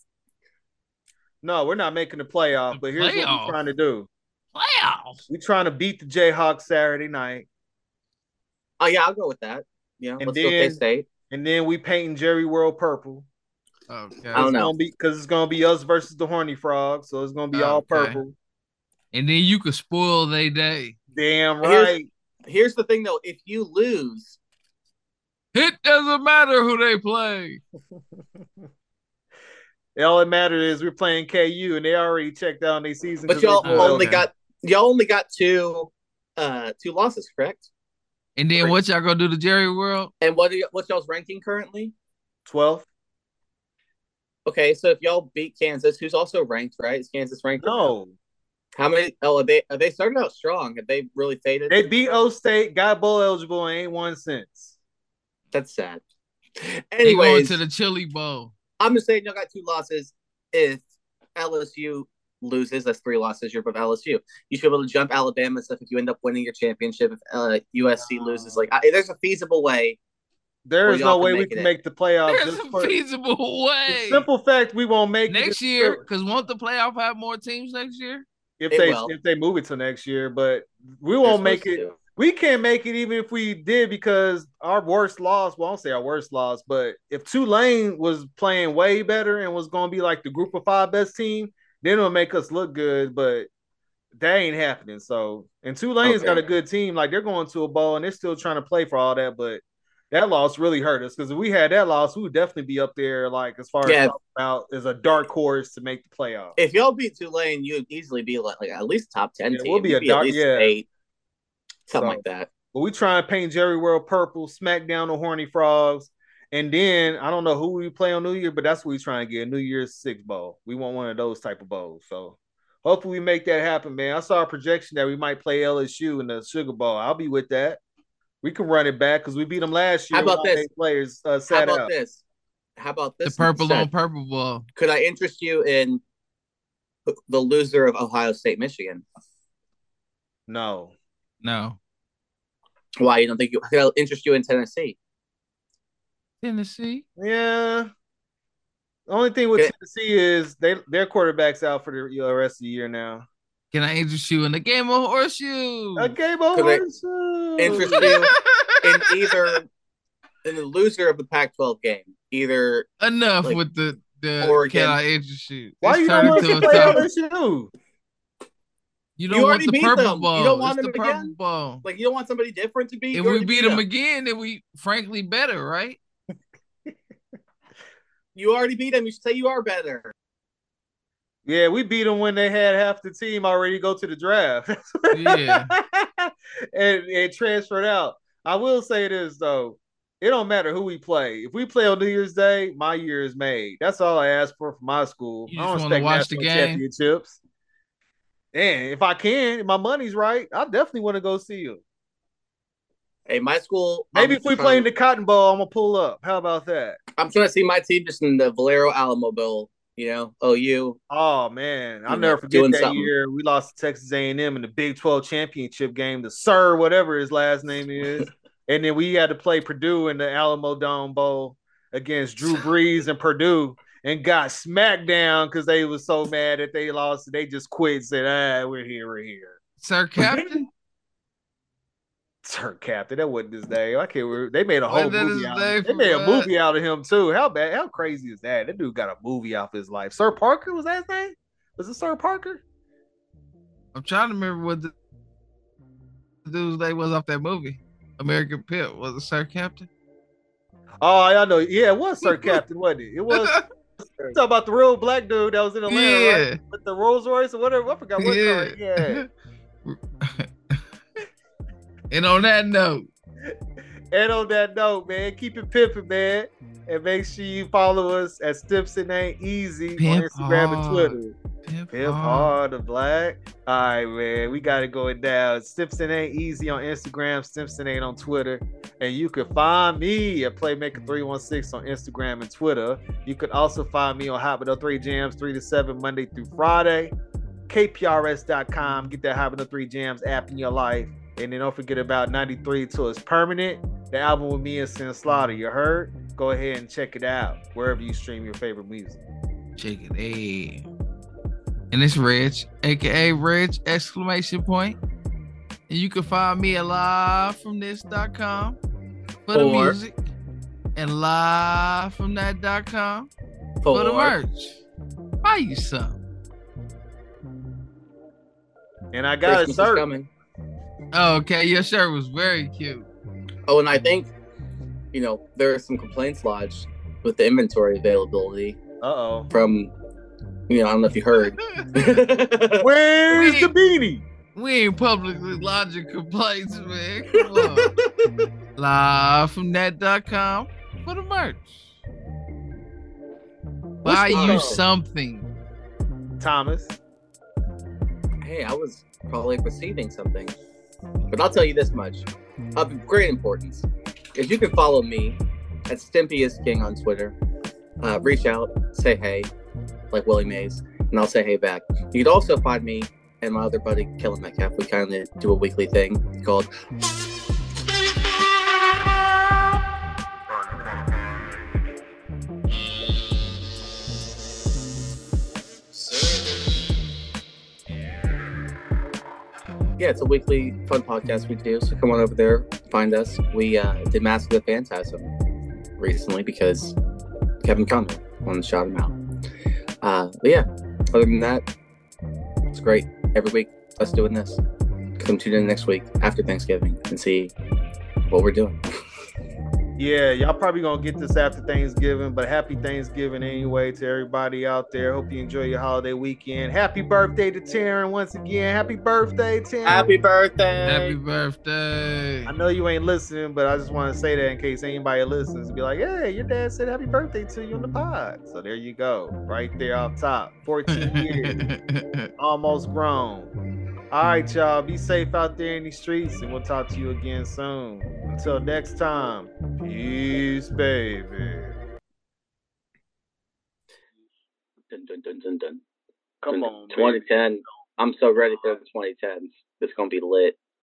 S1: No, we're not making the playoff,
S2: The
S1: but here's what
S2: playoff?
S1: we're trying to do.
S2: Playoffs.
S1: We're trying to beat the Jayhawks Saturday night,
S3: Oh yeah, I'll go with that. Yeah,
S1: And
S3: let's go
S1: then-
S3: K State.
S1: and then we painting Jerry World purple.
S2: Okay.
S3: I don't know.
S1: because it's gonna be us versus the horny frog, so it's gonna be all
S2: Okay.
S1: purple.
S2: And then you could spoil their day.
S1: Damn
S3: Here's-
S1: right.
S3: Here's the thing, though. If you lose,
S2: It doesn't matter who they play.
S1: All that matters is we're playing KU, and they already checked out on their season.
S3: But
S1: 'cause they
S3: y'all
S1: blew it.
S3: only
S2: Okay.
S3: got y'all only got two uh two losses, correct?
S2: And then
S3: Right.
S2: what y'all gonna do to Jerry World?
S3: And what are y- what's y'all's ranking currently?
S1: 12.
S3: Okay, so if y'all beat Kansas, who's also ranked, right? Is Kansas ranked? or
S1: No,
S3: How many? Oh, are they are they started out strong. Have they really faded?
S1: they beat O State, got bowl eligible, and ain't won since.
S3: That's sad.
S2: They going
S3: Anyways,
S2: to the Chili Bowl.
S3: I'm just saying y'all got two losses. If LSU loses, that's three losses. You're above LSU. You should be able to jump Alabama and stuff if you end up winning your championship. If uh, USC loses, like I, there's a feasible way.
S1: There
S3: Well,
S1: is
S3: y'all
S1: no
S3: can
S1: way we
S3: make
S1: can
S3: it.
S1: make the playoffs.
S2: There's
S1: Uh, Just
S2: a
S1: for
S2: feasible
S1: the
S2: way.
S1: simple fact we won't make it
S2: Next
S1: is-
S2: year, because won't the playoff have more teams next year?
S1: if
S3: They
S1: they
S3: will.
S1: if they move it to next year, but we
S3: They're
S1: won't make
S3: supposed
S1: it.
S3: to.
S1: We can't make it even if we did because our worst loss, well, I won't say our worst loss, but if Tulane was playing way better and was going to be like the group of five best team, then it'll make us look good, but that ain't happening. So, and Tulane's got a
S3: Okay.
S1: good team. Like they're going to a bowl and they're still trying to play for all that, but that loss really hurt us because if we had that loss, we would definitely be up there, like as far
S3: Yeah.
S1: as talking about as a dark horse to make the playoff.
S3: if y'all beat Tulane, you'd easily be like, like at least top ten
S1: Yeah,
S3: team.
S1: we'll be
S3: You'd
S1: a dark-
S3: at least
S1: yeah.
S3: eight, something
S1: So-
S3: like that.
S1: But we try and paint Jerry World purple, smack down the horny frogs, And then I don't know who we play on New Year, but that's what we're trying to get a New Year's Six Bowl. We want one of those type of bowls. So hopefully we make that happen, man. I saw a projection that we might play LSU in the Sugar Bowl. I'll be with that. We can run it back because we beat them last year.
S3: How about
S1: when all
S3: this?
S1: eight Players uh,
S3: How
S1: sat
S3: about
S1: out.
S3: this? How about
S2: The
S3: this?
S2: purple
S3: instead?
S2: on purple ball.
S3: Could I interest you in the loser of Ohio State, Michigan?
S1: No,
S2: No.
S3: Why you don't think you could I interest you in Tennessee?
S2: Tennessee.
S1: yeah. The only thing with
S3: Yeah.
S1: Tennessee is they their quarterback's out for the uh, rest of the year now.
S2: Can I interest you in the game of horseshoe?
S1: A game over.
S3: Could
S1: soon.
S3: Hmm. Interest you in either in the loser of the Pac-12 game, either
S2: Enough
S3: like,
S2: with the the
S3: Oregon.
S2: can I interest you?
S1: Why
S2: It's
S1: you don't
S2: turned
S1: want
S2: into
S1: to
S2: a
S1: play
S2: topic.
S1: LSU?
S2: You
S3: You
S2: don't want
S3: already
S2: the
S3: beat
S2: purple
S3: them. You
S2: ball.
S3: don't want
S2: it's the
S3: them
S2: purple
S3: again?
S2: ball.
S3: like you don't want somebody different to beat.
S2: if
S3: you
S2: we
S3: already
S2: beat them
S3: them.
S2: again, then we frankly better, right?
S3: You already beat them. You should say you are better.
S1: Yeah, we beat them when they had half the team already go to the draft.
S2: Yeah.
S1: and, and transferred out. I will say this though. It don't matter who we play. If we play on New Year's Day, my year is made. That's all I ask for from my school.
S2: You
S1: I don't
S2: just wanna
S1: expect
S2: watch the
S1: national
S2: game.
S1: championships. And if I can, if my money's right, I definitely want to go see you.
S3: Hey, my school.
S1: Maybe
S3: I'm
S1: if we
S3: trying-
S1: play in the Cotton Bowl, I'm gonna pull up. How about that?
S3: I'm trying to see my team just in the Valero Alamo Bowl. You know, OU.
S1: Oh man, I'll
S3: You
S1: never
S3: know,
S1: forget
S3: doing
S1: that
S3: something.
S1: year we lost to Texas A&M in the Big 12 championship game. The Sir, whatever his last name is, and then we had to play Purdue in the Alamo Dome Bowl against Drew Brees and Purdue, and got smacked down because they was so mad that they lost. They just quit. And said, "Ah, we're here, we're here."
S2: Sir Captain?
S1: Sir Captain, that wasn't his name. I can't. Remember. They made a whole
S2: Wasn't that his
S1: movie. Out
S2: name
S1: of, they
S2: for
S1: made a
S2: what?
S1: movie out of him too. How bad? How crazy is that? That dude got a movie off his life. Sir Parker was that his name? Was it Sir Parker?
S2: I'm trying to remember what the dude's name was off that movie. American Pimp. Was it Sir Captain?
S1: Oh, I know. Yeah, it was Sir Captain, wasn't it? It was. You talk about the real black dude that was in Atlanta right?
S2: yeah.
S1: with the Rolls Royce or whatever. I forgot what car. he had.
S2: and on that note,
S1: And on that note, man, keep it pimping, man, and make sure you follow us at Stimson Ain't Easy on
S2: Pimp
S1: Instagram and
S2: hard.
S1: Twitter.
S2: pimp
S1: Pimp hard
S2: hard.
S1: the black. All right, man, we got it going down. Stimson Ain't Easy on Instagram. Stimson Ain't on Twitter. And you can find me at Playmaker316 on Instagram and Twitter. You can also find me on Hot With No 3 Jams 3 to 7 Monday through Friday. KPRS.com. Get that Hot With No 3 Jams app in your life. And then don't forget about 93 till it's permanent. The album with me and Sin Slaughter. You heard? Go ahead and check it out wherever you stream your favorite music.
S2: Check it out. And it's Rich, aka Rich exclamation point. And you can find me at livefromthis.com for the
S3: Or-
S2: music and livefromthat.com for the
S3: Four.
S2: merch. Buy you some.
S1: And I got a
S3: Christmas is
S1: shirt.
S3: coming.
S2: okay, your shirt was very cute.
S3: Oh, and I think, you know, there are some complaints lodged with the inventory availability
S1: Uh oh.
S3: from, you know, I don't know if you heard.
S1: Where's the beanie?
S2: we ain't publicly lodging complaints, man. Come on. Live from net.com for the merch. Buy you
S3: up?
S2: something.
S1: Thomas.
S3: hey, I was probably receiving something, but I'll tell you this much of great importance is you can follow me at Stimpy is King on Twitter. Uh, reach out, say hey, like Willie Mays, and I'll say hey back. You could also find me and my other buddy Kellen Metcalf. We kind of do a weekly thing called Yeah, it's a weekly fun podcast we do. So come on over there, find us. We uh, did Mask of the Phantasm recently because Kevin Conner wanted to shout him out. Uh, but yeah, other than that, it's great. Every week, us doing this. Come tune in next week after Thanksgiving and see what we're doing.
S1: Yeah, y'all probably gonna get this after Thanksgiving, but happy Thanksgiving anyway to everybody out there. Hope you enjoy your holiday weekend. Happy birthday to Taryn once again. Happy birthday, Taryn.
S5: Happy birthday.
S2: Happy birthday.
S1: I know you ain't listening, but I just want to say that in case anybody listens, be like, hey, your dad said happy birthday to you on the pod. So there you go, right there off top. 14 years, almost grown. All right, y'all, be safe out there in these streets, and we'll talk to you again soon. Until next time, peace, baby.
S3: Dun, dun, dun, dun, dun.
S5: Come on, man.
S3: 2010. I'm so ready for the 2010s. It's gonna be lit.